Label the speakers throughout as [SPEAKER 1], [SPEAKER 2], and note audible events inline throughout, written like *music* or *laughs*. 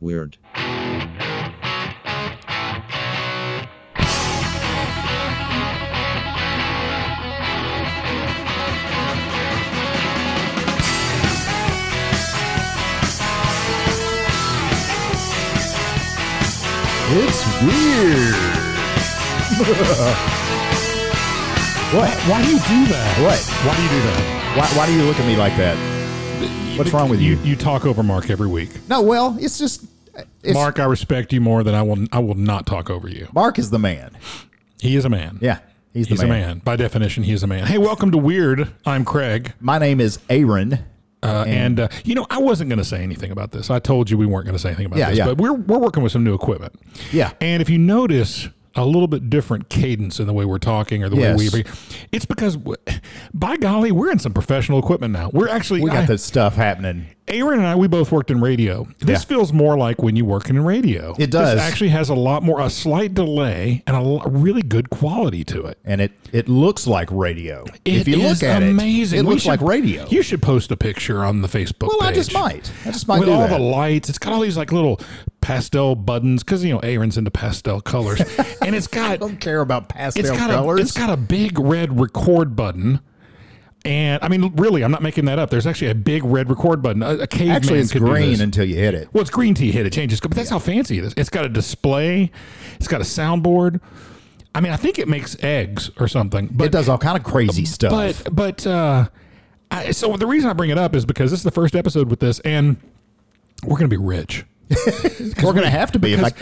[SPEAKER 1] Weird.
[SPEAKER 2] It's weird. what?
[SPEAKER 3] Why do you do that?
[SPEAKER 2] What?
[SPEAKER 3] Why do you do that?
[SPEAKER 2] Why, why do you look at me like that? What's wrong with you?
[SPEAKER 3] You talk over Mark every week.
[SPEAKER 2] No, well, it's just it's,
[SPEAKER 3] Mark, I respect you more than I will. I will not talk over you.
[SPEAKER 2] Mark is the man.
[SPEAKER 3] He is a man.
[SPEAKER 2] Yeah, he's the
[SPEAKER 3] he's a man. By definition, he is a man. Hey, welcome to Weird. I'm Craig,
[SPEAKER 2] My name is Aaron.
[SPEAKER 3] uh, and uh, you know I wasn't going to say anything about this. I told you we weren't going to say anything about
[SPEAKER 2] Yeah,
[SPEAKER 3] this,
[SPEAKER 2] yeah.
[SPEAKER 3] but we're we're working with some new equipment.
[SPEAKER 2] Yeah.
[SPEAKER 3] And if you notice a little bit different cadence in the way we're talking or the
[SPEAKER 2] Yes.
[SPEAKER 3] way we, it's because w- by golly, we're in some professional equipment now. We're actually
[SPEAKER 2] We got
[SPEAKER 3] I-
[SPEAKER 2] that stuff happening.
[SPEAKER 3] Aaron and I, we both worked in radio. This
[SPEAKER 2] Yeah.
[SPEAKER 3] feels more like when you work in radio.
[SPEAKER 2] It does.
[SPEAKER 3] This actually has a lot more, a slight delay and a lo- really good quality to it.
[SPEAKER 2] And it, it looks like radio. if
[SPEAKER 3] It
[SPEAKER 2] you
[SPEAKER 3] is
[SPEAKER 2] look at
[SPEAKER 3] amazing.
[SPEAKER 2] it, it
[SPEAKER 3] We
[SPEAKER 2] looks
[SPEAKER 3] should-
[SPEAKER 2] like radio.
[SPEAKER 3] You should post a picture on the Facebook
[SPEAKER 2] well,
[SPEAKER 3] page.
[SPEAKER 2] I just might. I just might
[SPEAKER 3] With
[SPEAKER 2] do
[SPEAKER 3] all
[SPEAKER 2] that.
[SPEAKER 3] the lights, it's got all these like little pastel buttons because you know Aaron's into
[SPEAKER 2] *laughs*
[SPEAKER 3] pastel colors, and it's got
[SPEAKER 2] I don't care about pastel
[SPEAKER 3] it's got
[SPEAKER 2] colors.
[SPEAKER 3] a it's got a big red record button. And I mean, really, I'm not making that up. There's actually a big red record button. A, a caveman
[SPEAKER 2] Actually, it's
[SPEAKER 3] could do
[SPEAKER 2] green
[SPEAKER 3] this.
[SPEAKER 2] until you hit it.
[SPEAKER 3] Well, it's green tea hit. It changes, but that's how fancy it is. It's got a display. It's got a soundboard. I mean, I think it makes eggs or something. But
[SPEAKER 2] it does all kind of crazy stuff.
[SPEAKER 3] but but uh, I, so the reason I bring it up is because this is the first episode with this, and we're going to be rich.
[SPEAKER 2] *laughs* We're going to have to be. If I,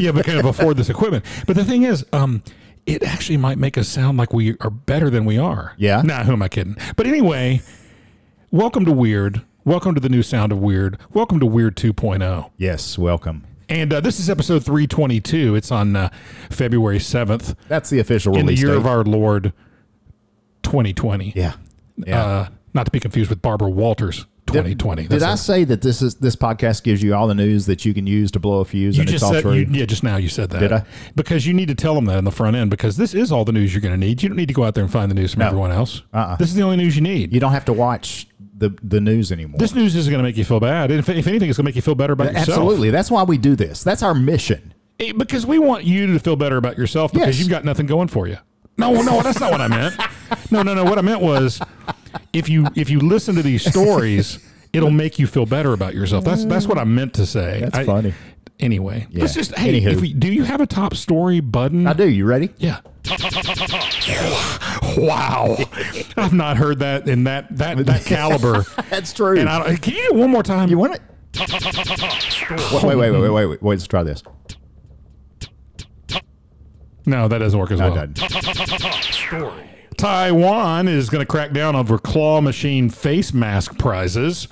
[SPEAKER 3] yeah, we can afford this equipment. But the thing is, um, it actually might make us sound like we are better than we are.
[SPEAKER 2] Yeah.
[SPEAKER 3] Nah, who am I kidding? But anyway, welcome to Weird. Welcome to the new sound of Weird. Welcome to Weird oh. 2.0.
[SPEAKER 2] yes, welcome.
[SPEAKER 3] And uh, this is episode 322. It's on uh, February 7th
[SPEAKER 2] That's the official
[SPEAKER 3] in the
[SPEAKER 2] release
[SPEAKER 3] year
[SPEAKER 2] date.
[SPEAKER 3] of our Lord 2020.
[SPEAKER 2] yeah. Yeah.
[SPEAKER 3] Uh, not to be confused with Barbara Walters 2020.
[SPEAKER 2] Did, did I
[SPEAKER 3] That's
[SPEAKER 2] say that this is this podcast gives you all the news that you can use to blow a fuse
[SPEAKER 3] it. You
[SPEAKER 2] and it's
[SPEAKER 3] just
[SPEAKER 2] all
[SPEAKER 3] said,
[SPEAKER 2] true?
[SPEAKER 3] you, yeah, just now you said that.
[SPEAKER 2] Did I?
[SPEAKER 3] Because you need to tell them that in the front end because this is all the news you're going to need. You don't need to go out there and find the news from everyone else.
[SPEAKER 2] Uh-uh.
[SPEAKER 3] This is the only news you need.
[SPEAKER 2] You don't have to watch the the news anymore.
[SPEAKER 3] This news isn't going to make you feel bad. If, if anything, it's going to make you feel better about yourself.
[SPEAKER 2] Absolutely. That's why we do this. That's our mission.
[SPEAKER 3] Eh, Because we want you to feel better about yourself because
[SPEAKER 2] Yes.
[SPEAKER 3] you've got nothing going for you. No, no, that's not what I meant. No, no, no. What I meant was if you if you listen to these stories, it'll make you feel better about yourself. That's that's what I meant to say.
[SPEAKER 2] That's
[SPEAKER 3] I-
[SPEAKER 2] funny.
[SPEAKER 3] Anyway, let's
[SPEAKER 2] Yeah.
[SPEAKER 3] just hey,
[SPEAKER 2] Anywho.
[SPEAKER 3] if we, do you have a top story button?
[SPEAKER 2] I do. You ready?
[SPEAKER 3] yeah. Wow, *laughs* I've not heard that in that that that caliber.
[SPEAKER 2] *laughs* That's true.
[SPEAKER 3] And I don't, can you do it one more time?
[SPEAKER 2] you want it? Wait, wait, wait, wait, wait, wait, wait. Let's try this.
[SPEAKER 3] no, that doesn't work as
[SPEAKER 2] No,
[SPEAKER 3] well.
[SPEAKER 2] it doesn't.
[SPEAKER 3] Taiwan is going to crack down over claw machine face mask prizes.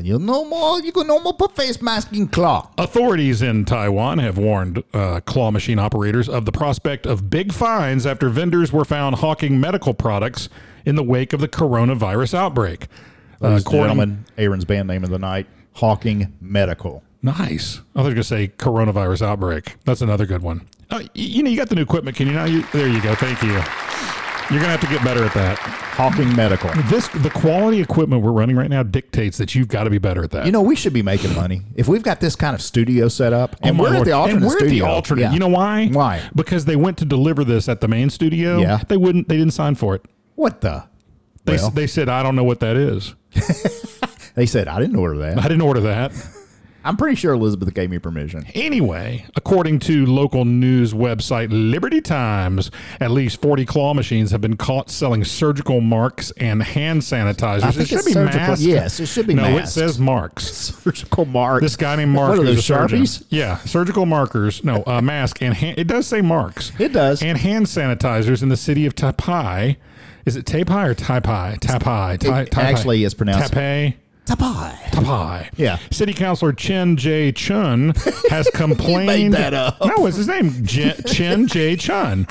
[SPEAKER 2] You no more. You go no more. Put face mask in claw.
[SPEAKER 3] Authorities in Taiwan have warned uh, claw machine operators of the prospect of big fines after vendors were found hawking medical products in the wake of the coronavirus outbreak. Uh,
[SPEAKER 2] Ladies and
[SPEAKER 3] according-
[SPEAKER 2] gentlemen, Aaron's band name of the night: Hawking Medical.
[SPEAKER 3] nice. I was going to say coronavirus outbreak. That's another good one. Uh, y- you know, you got the new equipment. Can you now? You, there you go. Thank you. You're going to have to get better at that.
[SPEAKER 2] Hawking
[SPEAKER 3] *laughs*
[SPEAKER 2] Medical.
[SPEAKER 3] This the quality equipment we're running right now dictates that you've got to be better at that.
[SPEAKER 2] You know, we should be making money if we've got this kind of studio set up,
[SPEAKER 3] Oh
[SPEAKER 2] and
[SPEAKER 3] my
[SPEAKER 2] we're at
[SPEAKER 3] Lord.
[SPEAKER 2] the alternate
[SPEAKER 3] And we're at the
[SPEAKER 2] studio.
[SPEAKER 3] alternate.
[SPEAKER 2] Yeah.
[SPEAKER 3] You know why?
[SPEAKER 2] Why?
[SPEAKER 3] Because they went to deliver this at the main studio.
[SPEAKER 2] Yeah.
[SPEAKER 3] They wouldn't. They didn't sign for it.
[SPEAKER 2] what the?
[SPEAKER 3] They,
[SPEAKER 2] well,
[SPEAKER 3] they said, I don't know what that is.
[SPEAKER 2] they said I didn't order that.
[SPEAKER 3] I didn't order that.
[SPEAKER 2] *laughs* I'm pretty sure Elizabeth gave me permission.
[SPEAKER 3] Anyway, according to local news website Liberty Times, at least 40 claw machines have been caught selling surgical marks and hand sanitizers.
[SPEAKER 2] I think
[SPEAKER 3] it should
[SPEAKER 2] it's
[SPEAKER 3] be
[SPEAKER 2] surgical.
[SPEAKER 3] masked.
[SPEAKER 2] Yes, it should be
[SPEAKER 3] No,
[SPEAKER 2] masked.
[SPEAKER 3] it says marks.
[SPEAKER 2] Surgical marks.
[SPEAKER 3] This guy named Mark
[SPEAKER 2] What are
[SPEAKER 3] who's
[SPEAKER 2] those
[SPEAKER 3] a surgeon.
[SPEAKER 2] sharpies?
[SPEAKER 3] Yeah, surgical markers. No, uh, mask and hand, it does say marks.
[SPEAKER 2] It does.
[SPEAKER 3] And hand sanitizers in the city of Taipei. Is it Taipei or Taipei? Taipei. Tai-
[SPEAKER 2] It
[SPEAKER 3] Taipei.
[SPEAKER 2] actually is pronounced-
[SPEAKER 3] Taipei.
[SPEAKER 2] Tapai.
[SPEAKER 3] Taipei.
[SPEAKER 2] Yeah.
[SPEAKER 3] City Councilor Chen J. Chun
[SPEAKER 2] *laughs*
[SPEAKER 3] has complained.
[SPEAKER 2] that up.
[SPEAKER 3] No, it's his name. Jen, Chen J. Chun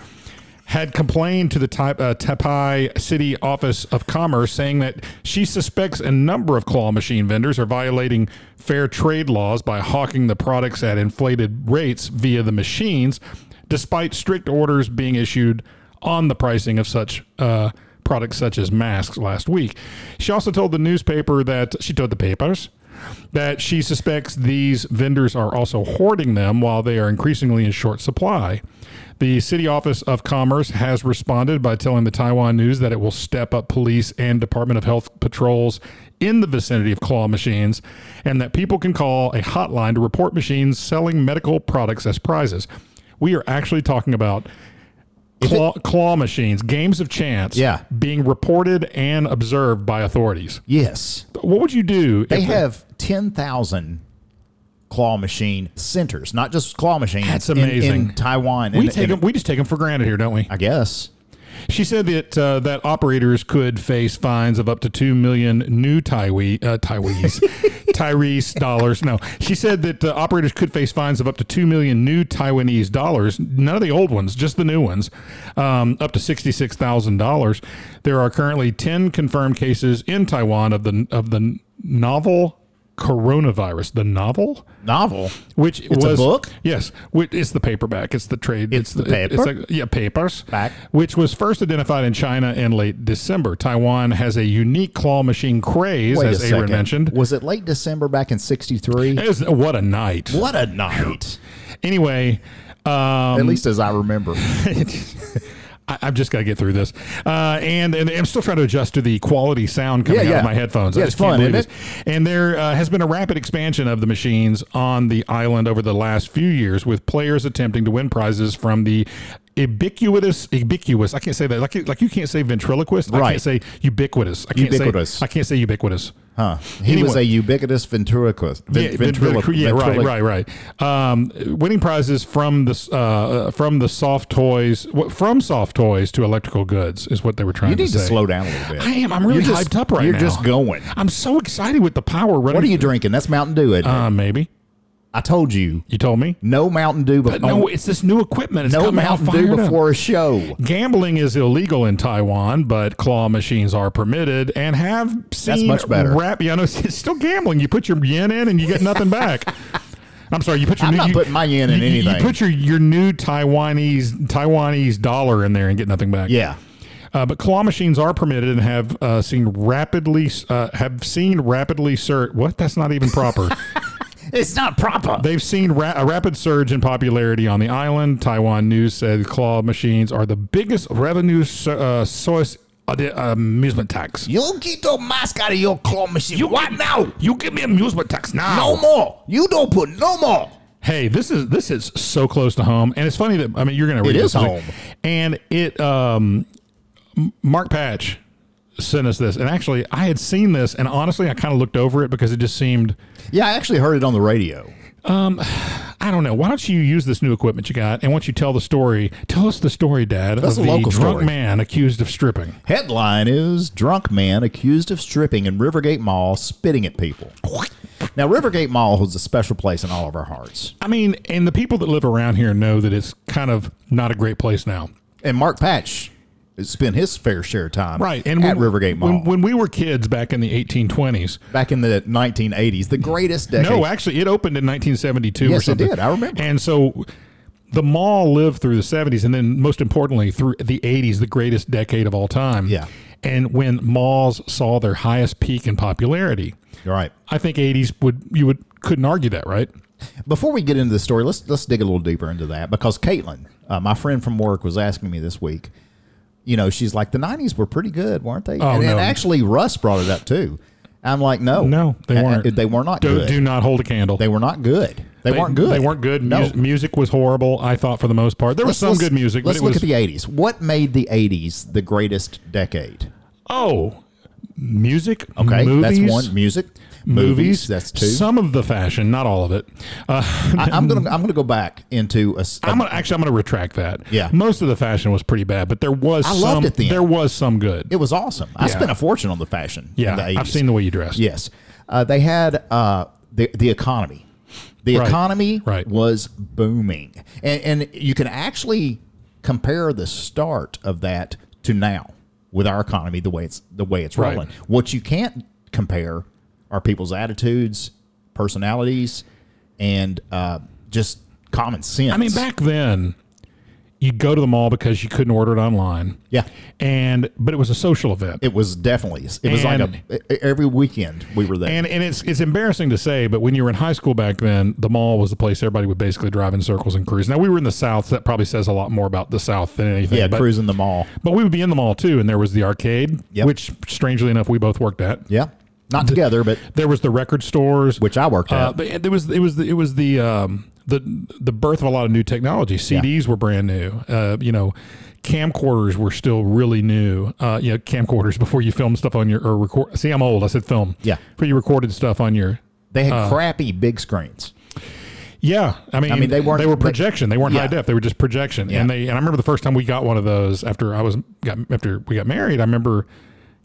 [SPEAKER 3] had complained to the Tai- uh, Taipei City Office of Commerce saying that she suspects a number of claw machine vendors are violating fair trade laws by hawking the products at inflated rates via the machines, despite strict orders being issued on the pricing of such. Uh, Products such as masks last week. She also told the newspaper that she told the papers that she suspects these vendors are also hoarding them while they are increasingly in short supply. The City Office of Commerce has responded by telling the Taiwan News that it will step up police and Department of Health patrols in the vicinity of claw machines and that people can call a hotline to report machines selling medical products as prizes. We are actually talking about claw, claw machines, games of chance,
[SPEAKER 2] Yeah.
[SPEAKER 3] being reported and observed by authorities.
[SPEAKER 2] Yes.
[SPEAKER 3] What would you do?
[SPEAKER 2] They
[SPEAKER 3] if-
[SPEAKER 2] have 10,000 claw machine centers, not just claw machines.
[SPEAKER 3] That's
[SPEAKER 2] in- In,
[SPEAKER 3] amazing.
[SPEAKER 2] Taiwan.
[SPEAKER 3] we
[SPEAKER 2] and-
[SPEAKER 3] take
[SPEAKER 2] and-
[SPEAKER 3] 'em- we just take them for granted here, don't we?
[SPEAKER 2] I guess.
[SPEAKER 3] She said that uh, that operators could face fines of up to two million new Taiwe, uh, Taiwese Tyrese dollars. No, she said that uh, operators could face fines of up to two million new Taiwanese dollars. None of the old ones, just the new ones, um, up to sixty six thousand dollars. There are currently ten confirmed cases in Taiwan of the of the novel coronavirus. The novel
[SPEAKER 2] Novel.
[SPEAKER 3] which
[SPEAKER 2] a
[SPEAKER 3] was
[SPEAKER 2] book?
[SPEAKER 3] Yes, which, it's the paperback. It's the trade.
[SPEAKER 2] It's the
[SPEAKER 3] it-
[SPEAKER 2] paper?
[SPEAKER 3] like- yeah, papers.
[SPEAKER 2] Back.
[SPEAKER 3] Which was first identified in China in late December. Taiwan has a unique claw machine craze,
[SPEAKER 2] Wait
[SPEAKER 3] as
[SPEAKER 2] a second.
[SPEAKER 3] Aaron mentioned.
[SPEAKER 2] Was it late December back in 63?
[SPEAKER 3] It was- what a night!
[SPEAKER 2] What a night.
[SPEAKER 3] Anyway, um,
[SPEAKER 2] At least as I remember.
[SPEAKER 3] *laughs* I, I've just got to get through this, uh, and, and I'm still trying to adjust to the quality sound coming
[SPEAKER 2] Yeah,
[SPEAKER 3] out
[SPEAKER 2] yeah.
[SPEAKER 3] of my headphones.
[SPEAKER 2] Yeah,
[SPEAKER 3] I
[SPEAKER 2] it's
[SPEAKER 3] just can't
[SPEAKER 2] fun,
[SPEAKER 3] believe
[SPEAKER 2] isn't
[SPEAKER 3] this. And there uh, has been a rapid expansion of the machines on the island over the last few years, with players attempting to win prizes from the ubiquitous ubiquitous. I can't say that like you- like you can't say ventriloquist. I
[SPEAKER 2] Right.
[SPEAKER 3] can't say ubiquitous. I can't
[SPEAKER 2] Ubiquitous.
[SPEAKER 3] say I can't say ubiquitous.
[SPEAKER 2] Huh. He was a ubiquitous ventriloquist. Ven-
[SPEAKER 3] Yeah, ventriloqu- yeah,
[SPEAKER 2] ventriloqu-
[SPEAKER 3] right, right, right. Um, winning prizes from the uh, uh, from the soft toys, what, from soft toys to electrical goods is what they were trying
[SPEAKER 2] You need
[SPEAKER 3] to
[SPEAKER 2] to
[SPEAKER 3] say.
[SPEAKER 2] slow down a little bit.
[SPEAKER 3] I am. I'm really
[SPEAKER 2] You're just-
[SPEAKER 3] hyped up right
[SPEAKER 2] you're
[SPEAKER 3] now.
[SPEAKER 2] just going.
[SPEAKER 3] I'm so excited with the power running.
[SPEAKER 2] What are you drinking? That's Mountain Dew, isn't it?
[SPEAKER 3] Uh, maybe
[SPEAKER 2] I told you.
[SPEAKER 3] you told me.
[SPEAKER 2] No Mountain Dew before.
[SPEAKER 3] No, it's this new equipment. It's
[SPEAKER 2] Oh. no
[SPEAKER 3] coming out
[SPEAKER 2] Mountain Dew
[SPEAKER 3] fired up.
[SPEAKER 2] before a show.
[SPEAKER 3] Gambling is illegal in Taiwan, but claw machines are permitted and have seen
[SPEAKER 2] much better.
[SPEAKER 3] Rap, you know, *laughs* it's still gambling. You put your yen in and you get
[SPEAKER 2] *laughs*
[SPEAKER 3] nothing back. I'm sorry, you put your
[SPEAKER 2] I'm
[SPEAKER 3] new,
[SPEAKER 2] not
[SPEAKER 3] you-
[SPEAKER 2] putting my yen in
[SPEAKER 3] you- you-
[SPEAKER 2] anything.
[SPEAKER 3] You put your, your new Taiwanese Taiwanese dollar in there and get nothing back.
[SPEAKER 2] Yeah.
[SPEAKER 3] Uh, but claw machines are permitted and have uh, seen rapidly uh, have seen rapidly sur What? That's not even proper.
[SPEAKER 2] It's not proper.
[SPEAKER 3] They've seen ra- a rapid surge in popularity on the island. Taiwan News said claw machines are the biggest revenue so- uh, source of the uh, amusement tax.
[SPEAKER 2] You get the mask out of your claw machine you right now.
[SPEAKER 3] You give me amusement tax now.
[SPEAKER 2] more. You don't put no more.
[SPEAKER 3] Hey, this is this is so close to home, and it's funny that I mean you're going to read
[SPEAKER 2] It
[SPEAKER 3] this
[SPEAKER 2] is
[SPEAKER 3] this week.
[SPEAKER 2] home.
[SPEAKER 3] and it um, M- Mark Patch sent us this, and actually I had seen this, and honestly I kind of looked over it because it just seemed
[SPEAKER 2] Yeah, I actually heard it on the radio.
[SPEAKER 3] I don't know. Why don't you use this new equipment you got, and once you tell the story, tell us the story, Dad,
[SPEAKER 2] That's
[SPEAKER 3] of
[SPEAKER 2] a
[SPEAKER 3] the
[SPEAKER 2] local
[SPEAKER 3] drunk
[SPEAKER 2] story.
[SPEAKER 3] man accused of stripping.
[SPEAKER 2] Headline is Drunk Man accused of stripping in Rivergate Mall, spitting at people. Now, Rivergate Mall holds a special place in all of our hearts.
[SPEAKER 3] I mean, and the people that live around here know that it's kind of not a great place now.
[SPEAKER 2] And Mark Patch has spent his fair share of time
[SPEAKER 3] And
[SPEAKER 2] at
[SPEAKER 3] when-
[SPEAKER 2] Rivergate Mall.
[SPEAKER 3] When, when we were kids back in the 1820s,
[SPEAKER 2] back in the 1980s, the greatest decade.
[SPEAKER 3] no, actually, it opened in 1972 or
[SPEAKER 2] Yes, it
[SPEAKER 3] something.
[SPEAKER 2] did. I remember.
[SPEAKER 3] And so the mall lived through the 70s and then, most importantly, through the 80s, the greatest decade of all time.
[SPEAKER 2] Yeah.
[SPEAKER 3] And when malls saw their highest peak in popularity,
[SPEAKER 2] All right.
[SPEAKER 3] I think 80s would, you would, couldn't argue that, right?
[SPEAKER 2] Before we get into the story, let's let's dig a little deeper into that because Caitlin, uh, my friend from work, was asking me this week. You know, she's like, the '90s were pretty good, weren't they?
[SPEAKER 3] Oh,
[SPEAKER 2] and, and
[SPEAKER 3] no.
[SPEAKER 2] actually, Russ brought it up too. I'm like, no,
[SPEAKER 3] No, they
[SPEAKER 2] Uh, uh,
[SPEAKER 3] weren't.
[SPEAKER 2] They were not
[SPEAKER 3] Do,
[SPEAKER 2] good.
[SPEAKER 3] do not hold a candle.
[SPEAKER 2] They were not good. They, weren't good.
[SPEAKER 3] They weren't good.
[SPEAKER 2] No.
[SPEAKER 3] Mus- music was horrible. I thought for the most part there was
[SPEAKER 2] Let's-
[SPEAKER 3] some
[SPEAKER 2] let's-
[SPEAKER 3] good music, but
[SPEAKER 2] Let's
[SPEAKER 3] it
[SPEAKER 2] look
[SPEAKER 3] was
[SPEAKER 2] at the '80s. What made the '80s the greatest decade?
[SPEAKER 3] oh, music.
[SPEAKER 2] Okay,
[SPEAKER 3] movies,
[SPEAKER 2] that's one. Music,
[SPEAKER 3] Movies.
[SPEAKER 2] That's two.
[SPEAKER 3] Some of the fashion, not all of it.
[SPEAKER 2] *laughs*
[SPEAKER 3] Uh,
[SPEAKER 2] I, am gonna I'm gonna go back into a. s- a-
[SPEAKER 3] I'm gonna actually I'm gonna retract that.
[SPEAKER 2] Yeah.
[SPEAKER 3] most of the fashion was pretty bad, but there was
[SPEAKER 2] I
[SPEAKER 3] some.
[SPEAKER 2] loved it then.
[SPEAKER 3] There was some good.
[SPEAKER 2] it was awesome. I
[SPEAKER 3] Yeah.
[SPEAKER 2] spent a fortune on the fashion. in
[SPEAKER 3] yeah,
[SPEAKER 2] the 80s.
[SPEAKER 3] I've seen the way you dress.
[SPEAKER 2] Yes, uh, they had uh, the the economy. The
[SPEAKER 3] Right.
[SPEAKER 2] economy
[SPEAKER 3] Right.
[SPEAKER 2] was booming, and and you can actually compare the start of that to now with our economy the way it's the way it's
[SPEAKER 3] Right.
[SPEAKER 2] rolling. What you can't compare are people's attitudes, personalities, and uh, just common sense.
[SPEAKER 3] I mean, back then, you'd go to the mall because you couldn't order it online.
[SPEAKER 2] Yeah.
[SPEAKER 3] And but it was a social event.
[SPEAKER 2] It was definitely. It was
[SPEAKER 3] And-
[SPEAKER 2] like a, every weekend we were there.
[SPEAKER 3] And and it's it's embarrassing to say, but when you were in high school back then, the mall was the place everybody would basically drive in circles and cruise. Now we were in the South, so that probably says a lot more about the South than anything.
[SPEAKER 2] yeah,
[SPEAKER 3] but,
[SPEAKER 2] cruising the mall.
[SPEAKER 3] But we would be in the mall too, and there was the arcade,
[SPEAKER 2] Yep.
[SPEAKER 3] which strangely enough we both worked at.
[SPEAKER 2] Yeah, not together, but
[SPEAKER 3] There was the record stores,
[SPEAKER 2] which I worked
[SPEAKER 3] uh,
[SPEAKER 2] at.
[SPEAKER 3] but it was it was the, it was the um, the the birth of a lot of new technology. CDs were brand new. Uh, you know, camcorders were still really new. Uh, you know, camcorders *laughs* before you filmed stuff on your or record. See, I'm old. I said film.
[SPEAKER 2] Yeah.
[SPEAKER 3] before you recorded stuff on your.
[SPEAKER 2] They
[SPEAKER 3] uh.
[SPEAKER 2] had crappy big screens.
[SPEAKER 3] Yeah, I mean,
[SPEAKER 2] I mean, they weren't-
[SPEAKER 3] they were
[SPEAKER 2] they-
[SPEAKER 3] projection. They, weren't
[SPEAKER 2] Yeah.
[SPEAKER 3] high def. They were just projection.
[SPEAKER 2] Yeah.
[SPEAKER 3] And they and I remember the first time we got one of those after I was got after we got married. I remember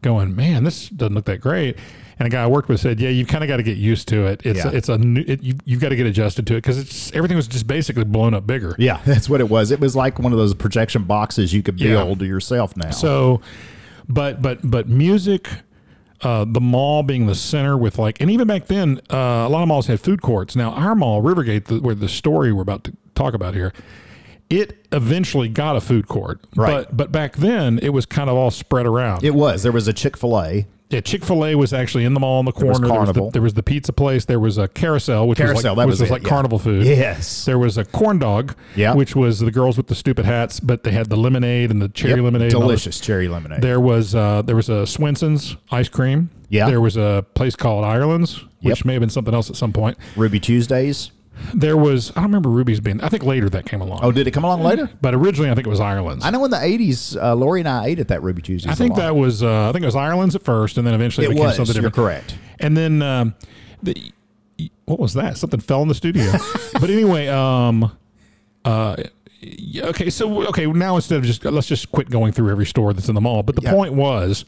[SPEAKER 3] going, man, this doesn't look that great. And a guy I worked with said, yeah, you've kind of got to get used to it. It's
[SPEAKER 2] Yeah.
[SPEAKER 3] it's a new, it, you you've got to get adjusted to it because it's everything was just basically blown up bigger.
[SPEAKER 2] Yeah, *laughs* that's what it was. It was like one of those projection boxes you could
[SPEAKER 3] Yeah.
[SPEAKER 2] build yourself now.
[SPEAKER 3] So, but but but music, uh, the mall being the center with like, and even back then, uh, a lot of malls had food courts. Now our mall, Rivergate, the, where the story we're about to talk about here, it eventually got a food court.
[SPEAKER 2] Right.
[SPEAKER 3] But but back then it was kind of all spread around.
[SPEAKER 2] it was. There was a Chick Fil A.
[SPEAKER 3] yeah, Chick Fil A was actually in the mall in the
[SPEAKER 2] was
[SPEAKER 3] corner. There was, the,
[SPEAKER 2] Carnival.
[SPEAKER 3] there was the pizza place. There was a carousel, which was
[SPEAKER 2] Carousel,
[SPEAKER 3] like,
[SPEAKER 2] that
[SPEAKER 3] which
[SPEAKER 2] was it,
[SPEAKER 3] like
[SPEAKER 2] yeah.
[SPEAKER 3] carnival food.
[SPEAKER 2] Yes.
[SPEAKER 3] There was a corn dog,
[SPEAKER 2] Yeah.
[SPEAKER 3] which was the girls with the stupid hats, but they had the lemonade and the cherry
[SPEAKER 2] Yep,
[SPEAKER 3] lemonade. and all this
[SPEAKER 2] delicious cherry lemonade.
[SPEAKER 3] there was uh, there was a Swenson's ice cream.
[SPEAKER 2] Yeah.
[SPEAKER 3] There was a place called Ireland's, which
[SPEAKER 2] Yep.
[SPEAKER 3] may have been something else at some point.
[SPEAKER 2] Ruby Tuesdays.
[SPEAKER 3] There was I don't remember Ruby's being. I think later that came along.
[SPEAKER 2] Oh, did it come along later?
[SPEAKER 3] But originally I think it was Ireland's.
[SPEAKER 2] I
[SPEAKER 3] I,
[SPEAKER 2] know in the '80s, uh, Lori and I ate at that Ruby Tuesdays. a
[SPEAKER 3] think
[SPEAKER 2] lot.
[SPEAKER 3] that was uh, I think it was Ireland's at first, and then eventually it,
[SPEAKER 2] it
[SPEAKER 3] became
[SPEAKER 2] was.
[SPEAKER 3] something
[SPEAKER 2] You're
[SPEAKER 3] different.
[SPEAKER 2] correct.
[SPEAKER 3] And then um, the, what was that? Something fell in
[SPEAKER 2] *laughs*
[SPEAKER 3] the studio. but anyway, um, uh, yeah, okay, so okay, now instead of just let's just quit going through every store that's in the mall. But the
[SPEAKER 2] Yeah.
[SPEAKER 3] point was.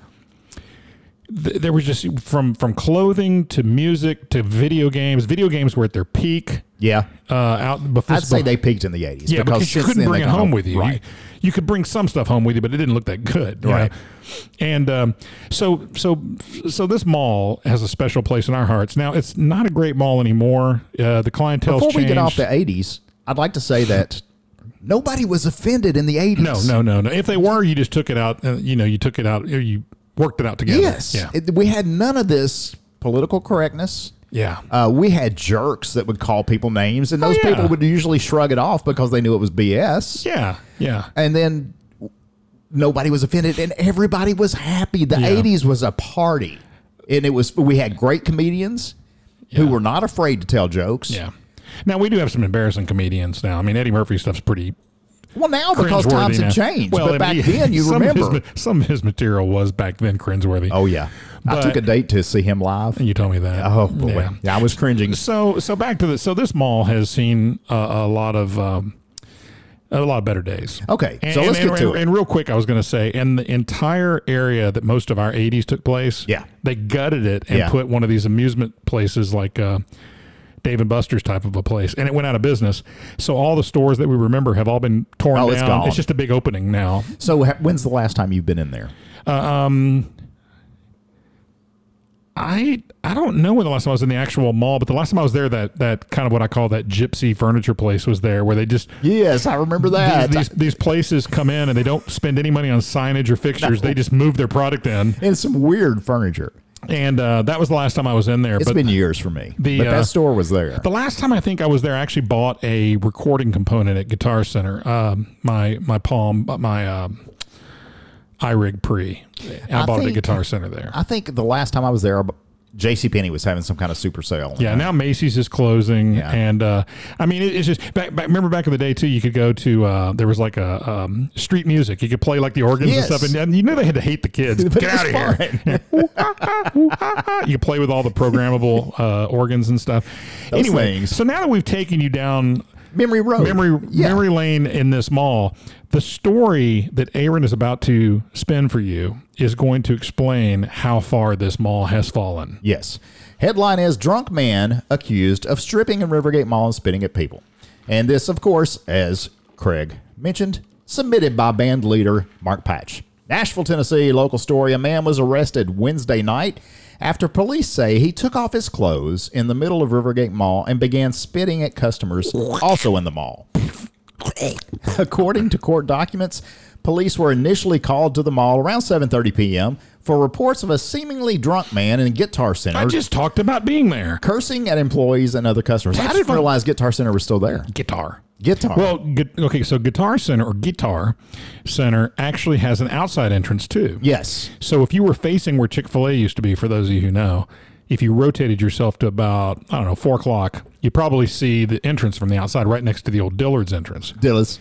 [SPEAKER 3] th- There was just from from clothing to music to video games. Video games were at their peak.
[SPEAKER 2] Yeah,
[SPEAKER 3] Uh, out before
[SPEAKER 2] I'd say they peaked in the '80s.
[SPEAKER 3] yeah, because, you
[SPEAKER 2] since
[SPEAKER 3] couldn't
[SPEAKER 2] then
[SPEAKER 3] bring
[SPEAKER 2] they
[SPEAKER 3] it
[SPEAKER 2] kind
[SPEAKER 3] home
[SPEAKER 2] of-
[SPEAKER 3] with you. you.
[SPEAKER 2] Right.
[SPEAKER 3] You could bring some stuff home with you, but it didn't look that good, you
[SPEAKER 2] Right.
[SPEAKER 3] know? And um, so, so, so this mall has a special place in our hearts. Now, it's not a great mall anymore. Uh, the clientele's
[SPEAKER 2] Before we
[SPEAKER 3] changed.
[SPEAKER 2] get off the '80s, I'd like to say that nobody was offended in the '80s.
[SPEAKER 3] no, no, no, no. If they were, you just took it out. Uh, you know, you took it out. or You worked it out together.
[SPEAKER 2] Yes,
[SPEAKER 3] Yeah.
[SPEAKER 2] It- we had none of this political correctness.
[SPEAKER 3] yeah.
[SPEAKER 2] Uh, we had jerks that would call people names, and those
[SPEAKER 3] Oh, yeah.
[SPEAKER 2] people would usually shrug it off because they knew it was BS.
[SPEAKER 3] yeah. Yeah.
[SPEAKER 2] And then nobody was offended, and everybody was happy. The
[SPEAKER 3] Yeah.
[SPEAKER 2] '80s was a party, and it was. We had great comedians who
[SPEAKER 3] Yeah.
[SPEAKER 2] were not afraid to tell jokes.
[SPEAKER 3] Yeah. Now we do have some embarrassing comedians now. I mean, Eddie Murphy stuff's pretty
[SPEAKER 2] Well, now because
[SPEAKER 3] cringeworthy
[SPEAKER 2] times
[SPEAKER 3] now.
[SPEAKER 2] have changed, but
[SPEAKER 3] I
[SPEAKER 2] back
[SPEAKER 3] mean,
[SPEAKER 2] then you
[SPEAKER 3] *laughs* some Of
[SPEAKER 2] remember.
[SPEAKER 3] his, ma- some of his material was back then cringeworthy.
[SPEAKER 2] Oh yeah, I
[SPEAKER 3] But-
[SPEAKER 2] took a date to see him live.
[SPEAKER 3] You told me that.
[SPEAKER 2] Oh boy,
[SPEAKER 3] Yeah.
[SPEAKER 2] yeah. I was cringing.
[SPEAKER 3] So so back to the so this mall has seen uh, a lot of um, a lot of better days.
[SPEAKER 2] Okay,
[SPEAKER 3] And,
[SPEAKER 2] so let's
[SPEAKER 3] and,
[SPEAKER 2] get
[SPEAKER 3] and,
[SPEAKER 2] to it.
[SPEAKER 3] And real quick, I was going to say, in the entire area that most of our '80s took place,
[SPEAKER 2] Yeah.
[SPEAKER 3] they gutted it and
[SPEAKER 2] Yeah.
[SPEAKER 3] put one of these amusement places like. Uh, Dave and Buster's type of a place, and it went out of business. So all the stores that we remember have all been torn
[SPEAKER 2] Oh,
[SPEAKER 3] down.
[SPEAKER 2] it's gone.
[SPEAKER 3] it's just a big opening now.
[SPEAKER 2] So ha- when's the last time you've been in there?
[SPEAKER 3] I I don't know when the last time I was in the actual mall, but the last time I was there, that that kind of what I call that gypsy furniture place was there, where they just
[SPEAKER 2] Yes, I remember that.
[SPEAKER 3] these, these, these places come in and they don't spend any money on signage or fixtures. They just move their product in,
[SPEAKER 2] and some weird furniture. and
[SPEAKER 3] and uh, that was the last time I was in there.
[SPEAKER 2] it's
[SPEAKER 3] but
[SPEAKER 2] been years for me.
[SPEAKER 3] the,
[SPEAKER 2] but
[SPEAKER 3] uh,
[SPEAKER 2] that store was there.
[SPEAKER 3] the last time I think I was there, I actually bought a recording component at Guitar Center. Um, my my Palm, my um, iRig Pre. I,
[SPEAKER 2] I
[SPEAKER 3] bought it at
[SPEAKER 2] think-
[SPEAKER 3] Guitar Center there.
[SPEAKER 2] I think the last time I was there, J.C. Penney was having some kind of super sale.
[SPEAKER 3] Yeah, now Macy's is closing,
[SPEAKER 2] Yeah.
[SPEAKER 3] and uh, I mean it, it's just back, back. Remember back in the day too, you could go to uh, there was like a um, street music. You could play like the organs
[SPEAKER 2] Yes.
[SPEAKER 3] and stuff, and, and you knew they had to hate
[SPEAKER 2] *laughs*
[SPEAKER 3] the kids.
[SPEAKER 2] But it
[SPEAKER 3] Get
[SPEAKER 2] was
[SPEAKER 3] out of here! Ooh, ah, ah, ooh, ah, ah. you could play with all the programmable
[SPEAKER 2] *laughs*
[SPEAKER 3] uh, organs and stuff.
[SPEAKER 2] Those
[SPEAKER 3] anyway,
[SPEAKER 2] things.
[SPEAKER 3] so now that we've taken you down
[SPEAKER 2] *laughs* Memory Road.
[SPEAKER 3] memory
[SPEAKER 2] Yeah.
[SPEAKER 3] memory lane in this mall, the story that Aaron is about to spin for you is going to explain how far this mall has fallen.
[SPEAKER 2] Yes. Headline is Drunk Man Accused of Stripping in Rivergate Mall and Spitting at People. And this, of course, as Craig mentioned, submitted by band leader Mark Patch. Nashville, Tennessee, local story. A man was arrested Wednesday night after police say he took off his clothes in the middle of Rivergate Mall *laughs* and began spitting at customers also in the mall. According to court documents, police were initially called to the mall around 7:30 p.m. for reports of a seemingly drunk man in Guitar Center
[SPEAKER 3] I just talked about being there.
[SPEAKER 2] cursing at employees and other customers. I
[SPEAKER 3] That's
[SPEAKER 2] didn't
[SPEAKER 3] fun.
[SPEAKER 2] realize Guitar Center was still there.
[SPEAKER 3] Guitar.
[SPEAKER 2] Guitar.
[SPEAKER 3] Well, gu- okay, so Guitar Center or Guitar Center actually has an outside entrance too.
[SPEAKER 2] yes.
[SPEAKER 3] So if you were facing where Chick fil A used to be, for those of you who know, if you rotated yourself to about, I don't know, four o'clock, you probably see the entrance from the outside right next to the old Dillard's entrance.
[SPEAKER 2] Dillas.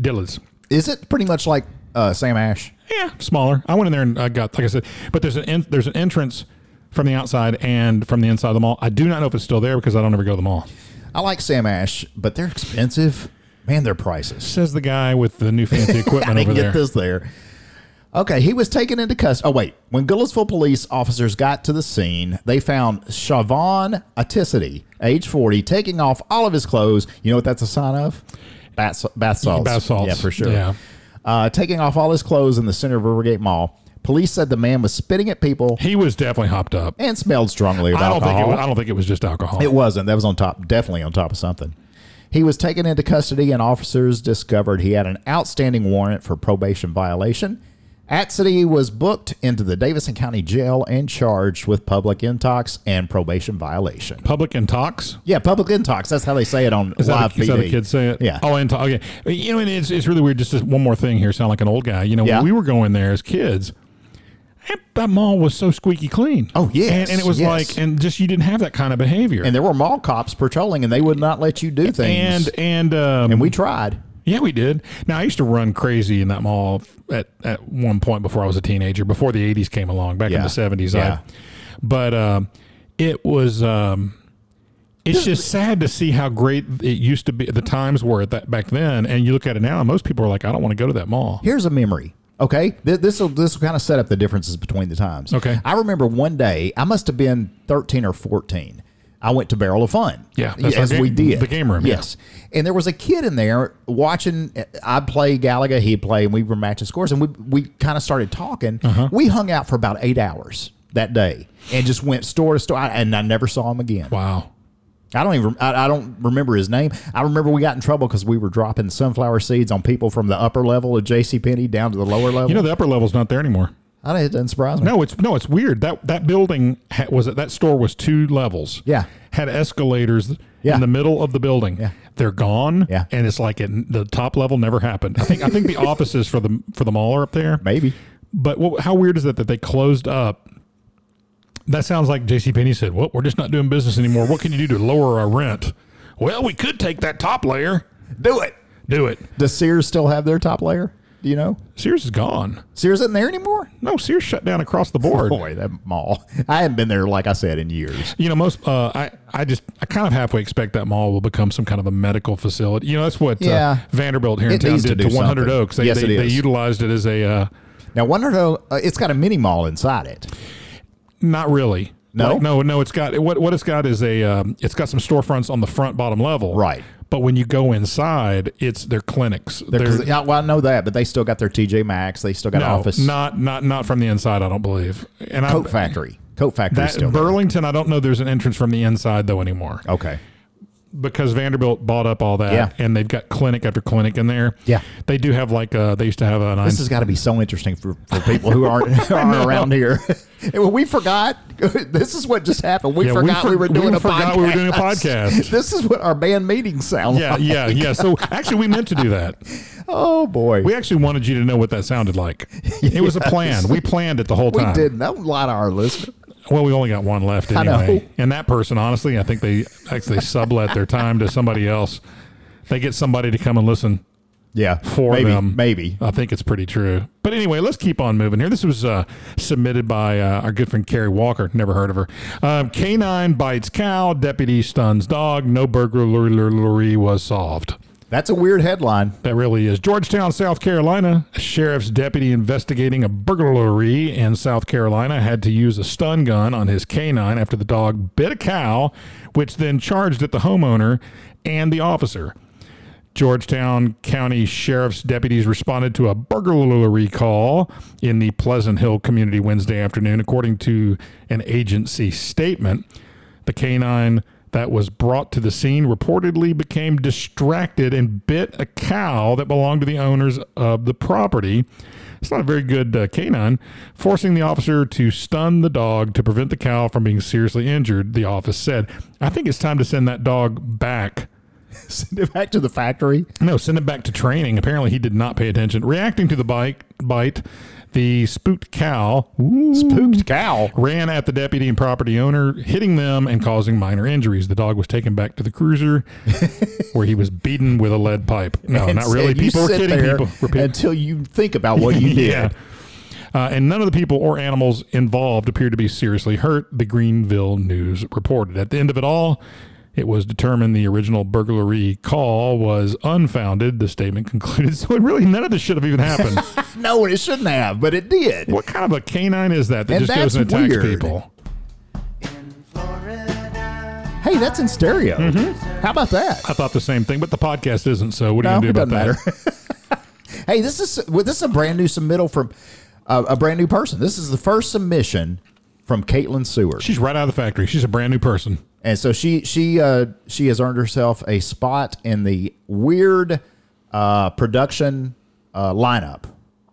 [SPEAKER 3] Dillard's.
[SPEAKER 2] Is it pretty much like uh, Sam Ash?
[SPEAKER 3] Yeah, smaller. I went in there and I got, like I said, but there's an en- there's an entrance from the outside and from the inside of the mall. I do not know if it's still there because I don't ever go to the mall.
[SPEAKER 2] I like Sam Ash, but they're expensive. Man, their prices.
[SPEAKER 3] Says the guy with the
[SPEAKER 2] *laughs*
[SPEAKER 3] new fancy equipment
[SPEAKER 2] I
[SPEAKER 3] over
[SPEAKER 2] didn't get
[SPEAKER 3] there.
[SPEAKER 2] this there. Okay, he was taken into custody. Oh, wait. When Gillisville police officers got to the scene, they found Siobhan Aticity, age 40, taking off all of his clothes. You know what that's a sign of? Bath, bath salts.
[SPEAKER 3] Bath salts.
[SPEAKER 2] Yeah, for sure.
[SPEAKER 3] Yeah.
[SPEAKER 2] Uh, taking off all his clothes in the center of Rivergate Mall. Police said the man was spitting at people
[SPEAKER 3] He was definitely hopped up.
[SPEAKER 2] and smelled strongly of
[SPEAKER 3] I don't
[SPEAKER 2] alcohol.
[SPEAKER 3] think it was, I don't think it was just alcohol.
[SPEAKER 2] It wasn't. That was on top, definitely on top of something. He was taken into custody, and officers discovered he had an outstanding warrant for probation violation. Atsidi was booked into the Davidson County Jail and charged with public intox and probation violation.
[SPEAKER 3] Public intox.
[SPEAKER 2] Yeah, public intox. That's how they say it on
[SPEAKER 3] Is that,
[SPEAKER 2] live
[SPEAKER 3] how- is that how the
[SPEAKER 2] PD.
[SPEAKER 3] kids say it?
[SPEAKER 2] Yeah.
[SPEAKER 3] Oh, and okay. You know, and it's, it's really weird. Just this one more thing here. Sound like an old guy. You know,
[SPEAKER 2] Yeah.
[SPEAKER 3] when we were going there as kids, that, that mall was so squeaky clean.
[SPEAKER 2] Oh, yes,
[SPEAKER 3] And, and it was
[SPEAKER 2] yes.
[SPEAKER 3] like, and just you didn't have that kind of behavior.
[SPEAKER 2] And there were mall cops patrolling, and they would not let you do things.
[SPEAKER 3] and and um,
[SPEAKER 2] and we tried.
[SPEAKER 3] yeah, we did. Now I used to run crazy in that mall at, at one point before I was a teenager, before the '80s came along, back in
[SPEAKER 2] Yeah.
[SPEAKER 3] the '70s. I-
[SPEAKER 2] Yeah.
[SPEAKER 3] but um, it was. Um, it's just sad to see how great it used to be. The times were at that back then, and you look at it now. and Most people are like, "I don't want to go to that mall."
[SPEAKER 2] here's a memory. Okay, this will this will kind of set up the differences between the times.
[SPEAKER 3] Okay.
[SPEAKER 2] I remember one day I must have been thirteen or fourteen. I went to Barrel of Fun.
[SPEAKER 3] Yeah, that's
[SPEAKER 2] as
[SPEAKER 3] our
[SPEAKER 2] we
[SPEAKER 3] game-
[SPEAKER 2] did
[SPEAKER 3] the game room, yeah.
[SPEAKER 2] Yes, and there was a kid in there watching. eh, I'd play Galaga, he'd play, and we were matching scores, and we we kind of started talking.
[SPEAKER 3] Uh-huh.
[SPEAKER 2] We hung out for about eight hours that day, and just went store to store, and I never saw him again.
[SPEAKER 3] Wow.
[SPEAKER 2] I don't even. I, I don't remember his name. I remember we got in trouble because we were dropping sunflower seeds on people from the upper level of J.C. Penney down to the lower level.
[SPEAKER 3] You know, the upper level's not there anymore.
[SPEAKER 2] I don't, it doesn't surprise me.
[SPEAKER 3] No, it's no, it's weird. That that building ha- was that store was two levels.
[SPEAKER 2] Yeah.
[SPEAKER 3] had escalators
[SPEAKER 2] Yeah.
[SPEAKER 3] in the middle of the building. Yeah, they're gone.
[SPEAKER 2] Yeah.
[SPEAKER 3] and it's like it, the top level never happened. I think
[SPEAKER 2] *laughs*
[SPEAKER 3] I think the offices for the for the mall are up there.
[SPEAKER 2] Maybe.
[SPEAKER 3] But what, how weird is that that they closed up? That sounds like J.C. Penney said, "Well, we're just not doing business anymore. What can you do to lower our rent?" Well, we could take that top layer.
[SPEAKER 2] Do it.
[SPEAKER 3] Do it.
[SPEAKER 2] Does Sears still have their top layer? Do you know?
[SPEAKER 3] Sears is gone.
[SPEAKER 2] Sears isn't there anymore?
[SPEAKER 3] No, Sears shut down across the board.
[SPEAKER 2] Boy, that mall. I haven't been there, like I said, in years.
[SPEAKER 3] You know, most uh, I I just I kind of halfway expect that mall will become some kind of a medical facility. You know, that's what
[SPEAKER 2] Yeah.
[SPEAKER 3] uh, Vanderbilt here in
[SPEAKER 2] It
[SPEAKER 3] town
[SPEAKER 2] needs to
[SPEAKER 3] did
[SPEAKER 2] do
[SPEAKER 3] to, 100
[SPEAKER 2] something.
[SPEAKER 3] Oaks. They,
[SPEAKER 2] Yes,
[SPEAKER 3] they,
[SPEAKER 2] it
[SPEAKER 3] they
[SPEAKER 2] is.
[SPEAKER 3] utilized it as a uh,
[SPEAKER 2] Now, Wonder Ho, uh, it's got a mini mall inside it.
[SPEAKER 3] not really.
[SPEAKER 2] No?
[SPEAKER 3] Like, no, no. It's got what what it's got is a um, it's got some storefronts on the front bottom level,
[SPEAKER 2] Right.
[SPEAKER 3] But when you go inside, it's their clinics. They're,
[SPEAKER 2] 'Cause- yeah, well, I know that, but they still got their TJ Maxx. They still got
[SPEAKER 3] no,
[SPEAKER 2] office.
[SPEAKER 3] not not not from the inside. I don't believe. And
[SPEAKER 2] Coat
[SPEAKER 3] I
[SPEAKER 2] Factory. Coat Factory
[SPEAKER 3] that
[SPEAKER 2] still there.
[SPEAKER 3] Burlington, I don't know. There's an entrance from the inside though anymore.
[SPEAKER 2] Okay.
[SPEAKER 3] because Vanderbilt bought up all that,
[SPEAKER 2] Yeah.
[SPEAKER 3] and they've got clinic after clinic in there.
[SPEAKER 2] Yeah.
[SPEAKER 3] they do have like uh they used to have an.
[SPEAKER 2] This has got to be so interesting for, for people who aren't,
[SPEAKER 3] *laughs*
[SPEAKER 2] who aren't around here. *laughs* And when we forgot, *laughs* this is what just happened. We
[SPEAKER 3] Yeah, we
[SPEAKER 2] forgot we,
[SPEAKER 3] for-
[SPEAKER 2] were doing
[SPEAKER 3] we
[SPEAKER 2] a
[SPEAKER 3] forgot
[SPEAKER 2] podcast.
[SPEAKER 3] we were doing a
[SPEAKER 2] *laughs*
[SPEAKER 3] podcast.
[SPEAKER 2] this is what our band meetings sound
[SPEAKER 3] yeah,
[SPEAKER 2] like.
[SPEAKER 3] yeah, yeah. So actually, we meant to do that.
[SPEAKER 2] Oh, boy.
[SPEAKER 3] We actually wanted you to know what that sounded
[SPEAKER 2] *laughs*
[SPEAKER 3] like. It was a plan. We planned it the whole
[SPEAKER 2] We
[SPEAKER 3] time.
[SPEAKER 2] didn't. That would lie to our listeners.
[SPEAKER 3] Well, we only got one left
[SPEAKER 2] I know.
[SPEAKER 3] anyway. And that person, honestly, I think they actually sublet their time to somebody else. They get somebody to come and listen
[SPEAKER 2] Yeah,
[SPEAKER 3] for
[SPEAKER 2] maybe,
[SPEAKER 3] them.
[SPEAKER 2] Maybe.
[SPEAKER 3] I think it's pretty true. But anyway, let's keep on moving here. This was uh, submitted by uh, our good friend Carrie Walker. Never heard of her. Um, Canine bites cow. Deputy stuns dog. No burglary was solved.
[SPEAKER 2] That's a weird headline. *laughs*
[SPEAKER 3] That really is Georgetown, South Carolina. A sheriff's deputy investigating a burglary in South Carolina had to use a stun gun on his canine after the dog bit a cow, which then charged at the homeowner and the officer. Georgetown County Sheriff's deputies responded to a burglary call in the Pleasant Hill community Wednesday afternoon, according to an agency statement. The canine that was brought to the scene reportedly became distracted and bit a cow that belonged to the owners of the property. It's not a very good uh, canine, forcing the officer to stun the dog to prevent the cow from being seriously injured, the office said. I think it's time to send that dog back
[SPEAKER 2] Send it back to the factory.
[SPEAKER 3] no, send him back to training. Apparently, he did not pay attention. Reacting to the bike bite, the spooked cow ooh,
[SPEAKER 2] Pooped cow.
[SPEAKER 3] ran at the deputy and property owner, hitting them and causing minor injuries. The dog was taken back to
[SPEAKER 2] *laughs*
[SPEAKER 3] the cruiser, where he was beaten with a lead pipe. *laughs* No,
[SPEAKER 2] And
[SPEAKER 3] not really.
[SPEAKER 2] said, "You
[SPEAKER 3] People were
[SPEAKER 2] sit
[SPEAKER 3] kidding.
[SPEAKER 2] there
[SPEAKER 3] People were *laughs* people-
[SPEAKER 2] until you think about what
[SPEAKER 3] *laughs*
[SPEAKER 2] you did.
[SPEAKER 3] yeah. Uh, and none of the people or animals involved appeared to be seriously hurt, the Greenville News reported. At the end of it all, it was determined the original burglary call was unfounded, the statement concluded. *laughs* So, really, none of this should have
[SPEAKER 2] *laughs*
[SPEAKER 3] even happened.
[SPEAKER 2] No, and it shouldn't have, but it did.
[SPEAKER 3] what kind of a canine is that that
[SPEAKER 2] And
[SPEAKER 3] just goes and
[SPEAKER 2] that's
[SPEAKER 3] attacks
[SPEAKER 2] weird.
[SPEAKER 3] people?
[SPEAKER 2] Hey, that's in stereo. How about that?
[SPEAKER 3] Mm-hmm. I thought the same thing, but the podcast isn't. So, what are
[SPEAKER 2] No,
[SPEAKER 3] you
[SPEAKER 2] it
[SPEAKER 3] going to
[SPEAKER 2] doesn't
[SPEAKER 3] do about
[SPEAKER 2] matter.
[SPEAKER 3] that?
[SPEAKER 2] *laughs* hey, this is well, this is a brand new submittal from uh, a brand new person. This is the first submission from Caitlin Seward,
[SPEAKER 3] She's right out of the factory. She's a brand new person.
[SPEAKER 2] and so she she uh, she has earned herself a spot in the weird uh, production uh, lineup.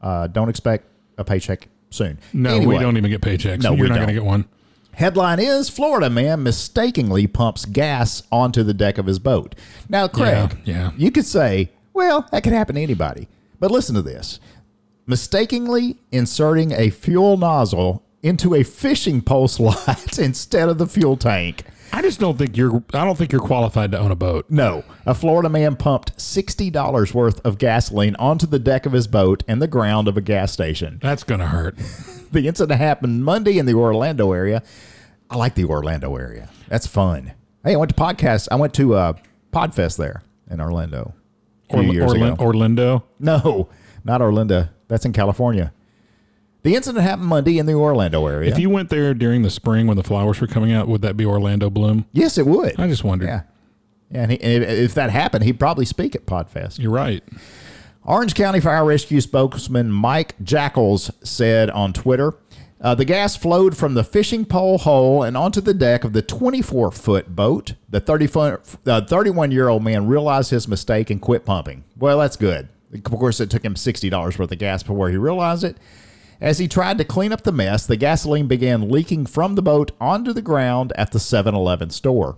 [SPEAKER 2] Uh, don't expect a paycheck soon.
[SPEAKER 3] No,
[SPEAKER 2] Anyway.
[SPEAKER 3] we don't even get paychecks.
[SPEAKER 2] No,
[SPEAKER 3] You're
[SPEAKER 2] we
[SPEAKER 3] not going to
[SPEAKER 2] don't.
[SPEAKER 3] get one.
[SPEAKER 2] Headline is Florida man mistakenly pumps gas onto the deck of his boat. Now, Craig,
[SPEAKER 3] Yeah, yeah.
[SPEAKER 2] you could say, well, that could happen to anybody. But listen to this mistakenly inserting a fuel nozzle into a fishing pole slot *laughs* instead of the fuel tank.
[SPEAKER 3] I just don't think you're. I don't think you're qualified to own a boat.
[SPEAKER 2] No, a Florida man pumped $60 worth of gasoline onto the deck of his boat and the ground of a gas station.
[SPEAKER 3] That's going to hurt.
[SPEAKER 2] The incident happened Monday in the Orlando area. I like the Orlando area. That's fun. Hey, I went to podcast. I went to uh, Podfest there in Orlando. a few
[SPEAKER 3] Orla-
[SPEAKER 2] years
[SPEAKER 3] Orla-
[SPEAKER 2] ago.
[SPEAKER 3] Orlando.
[SPEAKER 2] no, not Orlando. That's in California. The incident happened Monday in the Orlando area.
[SPEAKER 3] If you went there during the spring when the flowers were coming out, would that be Orlando Bloom?
[SPEAKER 2] yes, it would.
[SPEAKER 3] I just wondered.
[SPEAKER 2] yeah. Yeah, and, he, and if- if that happened, he'd probably speak at Podfest.
[SPEAKER 3] You're right.
[SPEAKER 2] Orange County Fire Rescue spokesman Mike Jackals said on Twitter uh, the gas flowed from the fishing pole hole and onto the deck of the 24 foot boat. The 31 year old man realized his mistake and quit pumping. Well, that's good. Of course, it took him $60 worth of gas before he realized it. As he tried to clean up the mess, the gasoline began leaking from the boat onto the ground at the 7 Eleven store.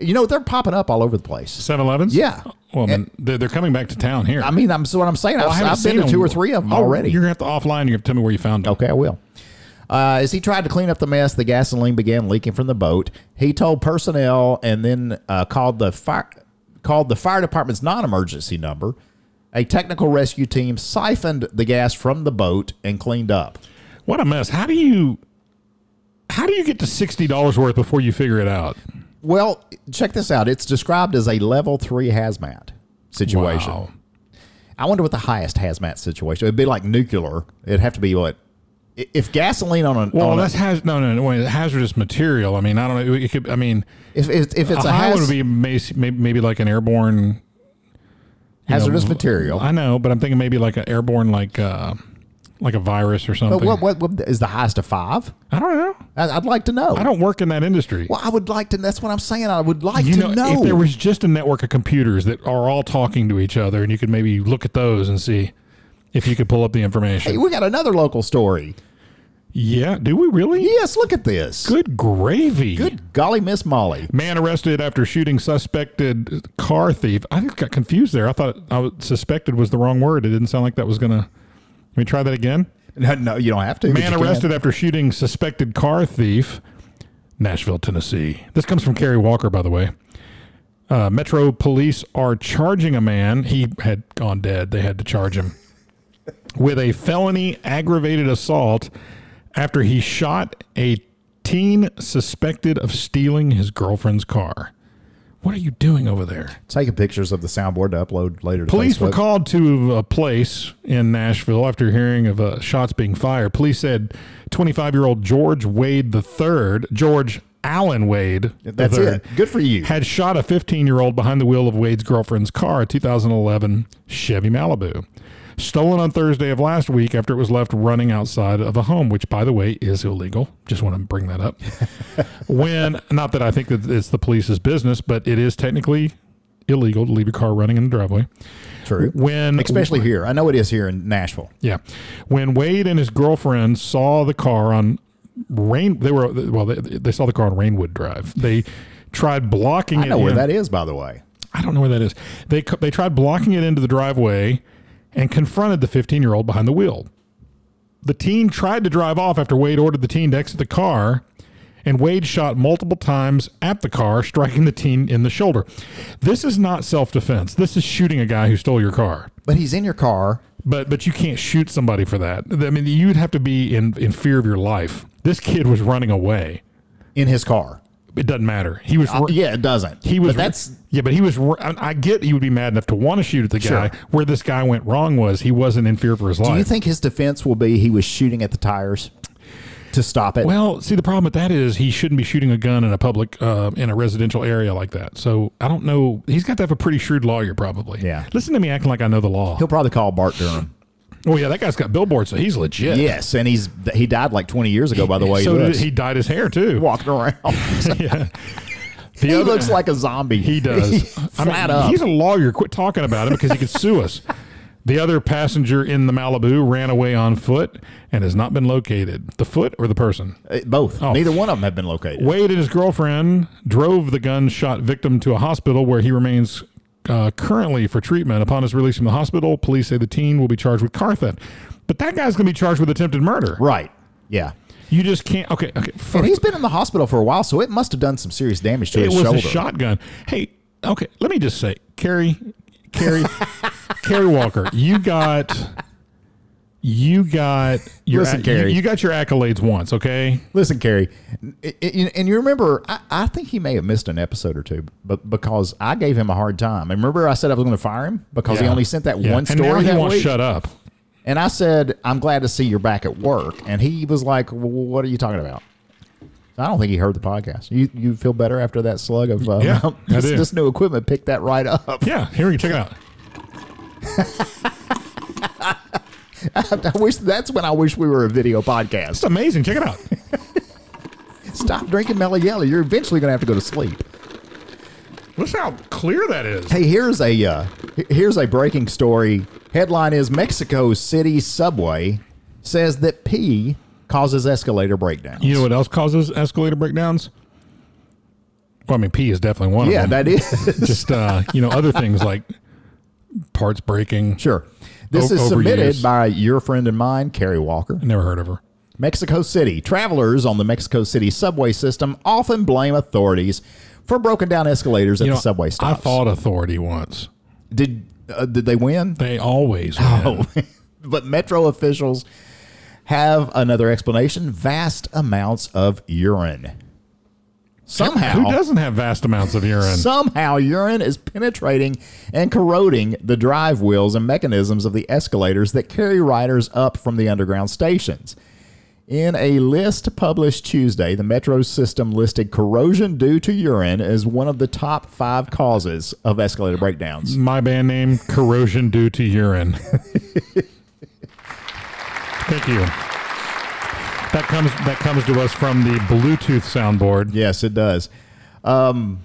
[SPEAKER 2] You know, they're popping up all over the place.
[SPEAKER 3] 7 Elevens?
[SPEAKER 2] Yeah.
[SPEAKER 3] Well, man, they're, they're coming back to town here.
[SPEAKER 2] I mean, I'm, so what I'm saying,
[SPEAKER 3] Well, Oh, I
[SPEAKER 2] I've,
[SPEAKER 3] haven't
[SPEAKER 2] I've been
[SPEAKER 3] seen
[SPEAKER 2] to two
[SPEAKER 3] them.
[SPEAKER 2] or three of them
[SPEAKER 3] Oh,
[SPEAKER 2] already.
[SPEAKER 3] You're going to have to offline. You have to tell me where you found them.
[SPEAKER 2] Okay, I will. Uh, as he tried to clean up the mess, the gasoline began leaking from the boat. He told personnel and then uh, called the fire called the fire department's non-emergency number. A technical rescue team siphoned the gas from the boat and cleaned up.
[SPEAKER 3] What a mess. How do you how do you get to $60 worth before you figure it out?
[SPEAKER 2] Well, check this out. It's described as a level three hazmat situation.
[SPEAKER 3] Wow.
[SPEAKER 2] I wonder what the highest hazmat situation. It'd be like nuclear. It'd have to be what i- if gasoline on a
[SPEAKER 3] Well,
[SPEAKER 2] on a-
[SPEAKER 3] that's has no, no, no, wait, hazardous material. I mean, I don't know. It could, I mean,
[SPEAKER 2] if, if, if it's
[SPEAKER 3] a
[SPEAKER 2] a,
[SPEAKER 3] high
[SPEAKER 2] haz-
[SPEAKER 3] one would be mas- maybe, maybe like an airborne you know,
[SPEAKER 2] hazardous
[SPEAKER 3] v-
[SPEAKER 2] material.
[SPEAKER 3] I know, but I'm thinking maybe like an airborne, like uh, like a virus or something.
[SPEAKER 2] But what, what, what is the highest of five?
[SPEAKER 3] I don't know.
[SPEAKER 2] I- I'd like to know.
[SPEAKER 3] I don't work in that industry.
[SPEAKER 2] Well, I would like to. That's what I'm saying. I would like
[SPEAKER 3] you
[SPEAKER 2] to
[SPEAKER 3] know,
[SPEAKER 2] know.
[SPEAKER 3] if there was just a network of computers that are all talking to each other, and you could maybe look at those and see if you could pull up the information.
[SPEAKER 2] hey, we got another local story.
[SPEAKER 3] yeah, do we really?
[SPEAKER 2] Yes, look at this.
[SPEAKER 3] Good gravy.
[SPEAKER 2] Good golly, Miss Molly.
[SPEAKER 3] Man arrested after shooting suspected car thief. I just got confused there. I thought I was, suspected was the wrong word. It didn't sound like that was gonna. Let me try that again.
[SPEAKER 2] No, no, you don't have to. but
[SPEAKER 3] Man
[SPEAKER 2] you can.
[SPEAKER 3] arrested after shooting suspected car thief, Nashville, Tennessee. This comes from Kerry Walker, by the way. Uh, Metro police are charging a man. He had gone dead. They had to charge him with a felony aggravated assault after he shot a teen suspected of stealing his girlfriend's car. What are you doing over there?
[SPEAKER 2] Taking pictures of the soundboard to upload later. To
[SPEAKER 3] Police were
[SPEAKER 2] Facebook.
[SPEAKER 3] called to a place in Nashville after hearing of uh, shots being fired. Police said 25 year old George Wade III, George Allen Wade,
[SPEAKER 2] That's
[SPEAKER 3] III,
[SPEAKER 2] it. Good for you.
[SPEAKER 3] had shot a 15 year old behind the wheel of Wade's girlfriend's car, a 2011 Chevy Malibu. stolen on Thursday of last week after it was left running outside of a home, which, by the way, is illegal. Just want to bring
[SPEAKER 2] *laughs*
[SPEAKER 3] that up. when, not that I think that it's the police's business, but it is technically illegal to leave your car running in the driveway.
[SPEAKER 2] True.
[SPEAKER 3] When
[SPEAKER 2] Especially here. I know it is here in Nashville.
[SPEAKER 3] yeah. When Wade and his girlfriend saw the car on Rain, they were, well, they, they saw the car on Rainwood Drive. They tried blocking
[SPEAKER 2] I
[SPEAKER 3] it
[SPEAKER 2] know where
[SPEAKER 3] in.
[SPEAKER 2] that is, by the way.
[SPEAKER 3] I don't know where that is. They, co- they tried blocking it into the driveway and confronted the 15 year old behind the wheel. The teen tried to drive off after Wade ordered the teen to exit the car, and Wade shot multiple times at the car, striking the teen in the shoulder. This is not self defense. This is shooting a guy who stole your car.
[SPEAKER 2] But he's in your car.
[SPEAKER 3] But but you can't shoot somebody for that. I mean, you'd have to be in, in fear of your life. This kid was running away.
[SPEAKER 2] In his car.
[SPEAKER 3] It doesn't matter. He was ru-
[SPEAKER 2] Uh, Yeah, it doesn't.
[SPEAKER 3] he was
[SPEAKER 2] But that's
[SPEAKER 3] yeah, but he was. ru- I I get you would be mad enough to want to shoot at the
[SPEAKER 2] Sure.
[SPEAKER 3] guy. Where this guy went wrong was he wasn't in fear for his
[SPEAKER 2] Do you
[SPEAKER 3] life.
[SPEAKER 2] think his defense will be he was shooting at the tires to stop it?
[SPEAKER 3] well, see, the problem with that is he shouldn't be shooting a gun in a public, uh, in a residential area like that. So I don't know. He's got to have a pretty shrewd lawyer, probably.
[SPEAKER 2] Yeah.
[SPEAKER 3] Listen to me acting like I know the law.
[SPEAKER 2] He'll probably call Bart Durham.
[SPEAKER 3] Oh yeah, that guy's got billboards, so he's legit.
[SPEAKER 2] Yes, and he's he died like 20 years ago. By the way,
[SPEAKER 3] so
[SPEAKER 2] he,
[SPEAKER 3] did-
[SPEAKER 2] looks.
[SPEAKER 3] he dyed his hair too.
[SPEAKER 2] walking around.
[SPEAKER 3] *laughs* yeah. The
[SPEAKER 2] he
[SPEAKER 3] other-
[SPEAKER 2] looks like a zombie. *laughs*
[SPEAKER 3] He does.
[SPEAKER 2] Flat up.
[SPEAKER 3] He's a lawyer. Quit talking about him because he could sue us. The other passenger in the Malibu ran away on foot and has not been located. The foot or the person?
[SPEAKER 2] Uh, Both.
[SPEAKER 3] Oh.
[SPEAKER 2] Neither one of them have been located.
[SPEAKER 3] Wade and his girlfriend drove the gunshot victim to a hospital where he remains uh, currently for treatment. Upon his release from the hospital, police say the teen will be charged with car theft. But that guy's going to be charged with attempted murder.
[SPEAKER 2] Right. Yeah.
[SPEAKER 3] You just can't. Okay. Okay.
[SPEAKER 2] And
[SPEAKER 3] First,
[SPEAKER 2] he's been in the hospital for a while, so it must have done some serious damage to
[SPEAKER 3] it
[SPEAKER 2] his
[SPEAKER 3] was
[SPEAKER 2] shoulder.
[SPEAKER 3] a shotgun. Hey, okay, let me just say, Carrie, Carrie, *laughs* Carrie Walker, you got, you got your,
[SPEAKER 2] Listen,
[SPEAKER 3] you-
[SPEAKER 2] Carrie.
[SPEAKER 3] you, got your accolades once, okay?
[SPEAKER 2] Listen, Carrie, i- i- and you remember, I, I think he may have missed an episode or two, but because I gave him a hard time. And remember, I said I was going to fire him because he
[SPEAKER 3] Yeah.
[SPEAKER 2] only sent that
[SPEAKER 3] Yeah.
[SPEAKER 2] one
[SPEAKER 3] and now
[SPEAKER 2] story
[SPEAKER 3] he
[SPEAKER 2] that
[SPEAKER 3] won't
[SPEAKER 2] week.
[SPEAKER 3] shut up.
[SPEAKER 2] And I said, I'm glad to see you're back at work. And he was like, well, What are you talking about? I don't think he heard the podcast. You you feel better after that slug of uh, *laughs*
[SPEAKER 3] Yeah, I
[SPEAKER 2] this,
[SPEAKER 3] do.
[SPEAKER 2] this new equipment picked that right up. *laughs*
[SPEAKER 3] Yeah, here you check it out.
[SPEAKER 2] I wish that's when I wish we were a video
[SPEAKER 3] It's
[SPEAKER 2] podcast.
[SPEAKER 3] amazing. Check it out.
[SPEAKER 2] Stop drinking Mellow Yellow. You're eventually going to have to go to sleep.
[SPEAKER 3] Listen how clear that is.
[SPEAKER 2] Hey, here's a uh, he- here's a breaking story. Headline is Mexico City subway says that pee causes escalator breakdowns.
[SPEAKER 3] You know what else causes escalator breakdowns? Well, I mean, pee is definitely one
[SPEAKER 2] yeah,
[SPEAKER 3] of them.
[SPEAKER 2] that is. *laughs*
[SPEAKER 3] just uh, you know, other things like parts breaking.
[SPEAKER 2] Sure. This
[SPEAKER 3] O-
[SPEAKER 2] is submitted
[SPEAKER 3] overused.
[SPEAKER 2] by your friend and mine, Carrie Walker.
[SPEAKER 3] Never heard of her.
[SPEAKER 2] Mexico City. Travelers on the Mexico City subway system often blame authorities for broken down escalators at
[SPEAKER 3] You know,
[SPEAKER 2] the subway
[SPEAKER 3] I
[SPEAKER 2] stops.
[SPEAKER 3] fought authority once.
[SPEAKER 2] did uh, did they
[SPEAKER 3] *laughs*
[SPEAKER 2] win? *laughs*
[SPEAKER 3] They always win.
[SPEAKER 2] Oh, but metro officials have another explanation: vast amounts of urine. Somehow,
[SPEAKER 3] Who doesn't have vast amounts of urine?
[SPEAKER 2] Somehow, urine is penetrating and corroding the drive wheels and mechanisms of the escalators that carry riders up from the underground stations. In a list published Tuesday, the Metro system listed corrosion due to urine as one of the top five causes of escalator breakdowns.
[SPEAKER 3] My band name, Corrosion Due to Urine. Thank you. That comes that comes to us from the Bluetooth soundboard.
[SPEAKER 2] Yes, it does. Um,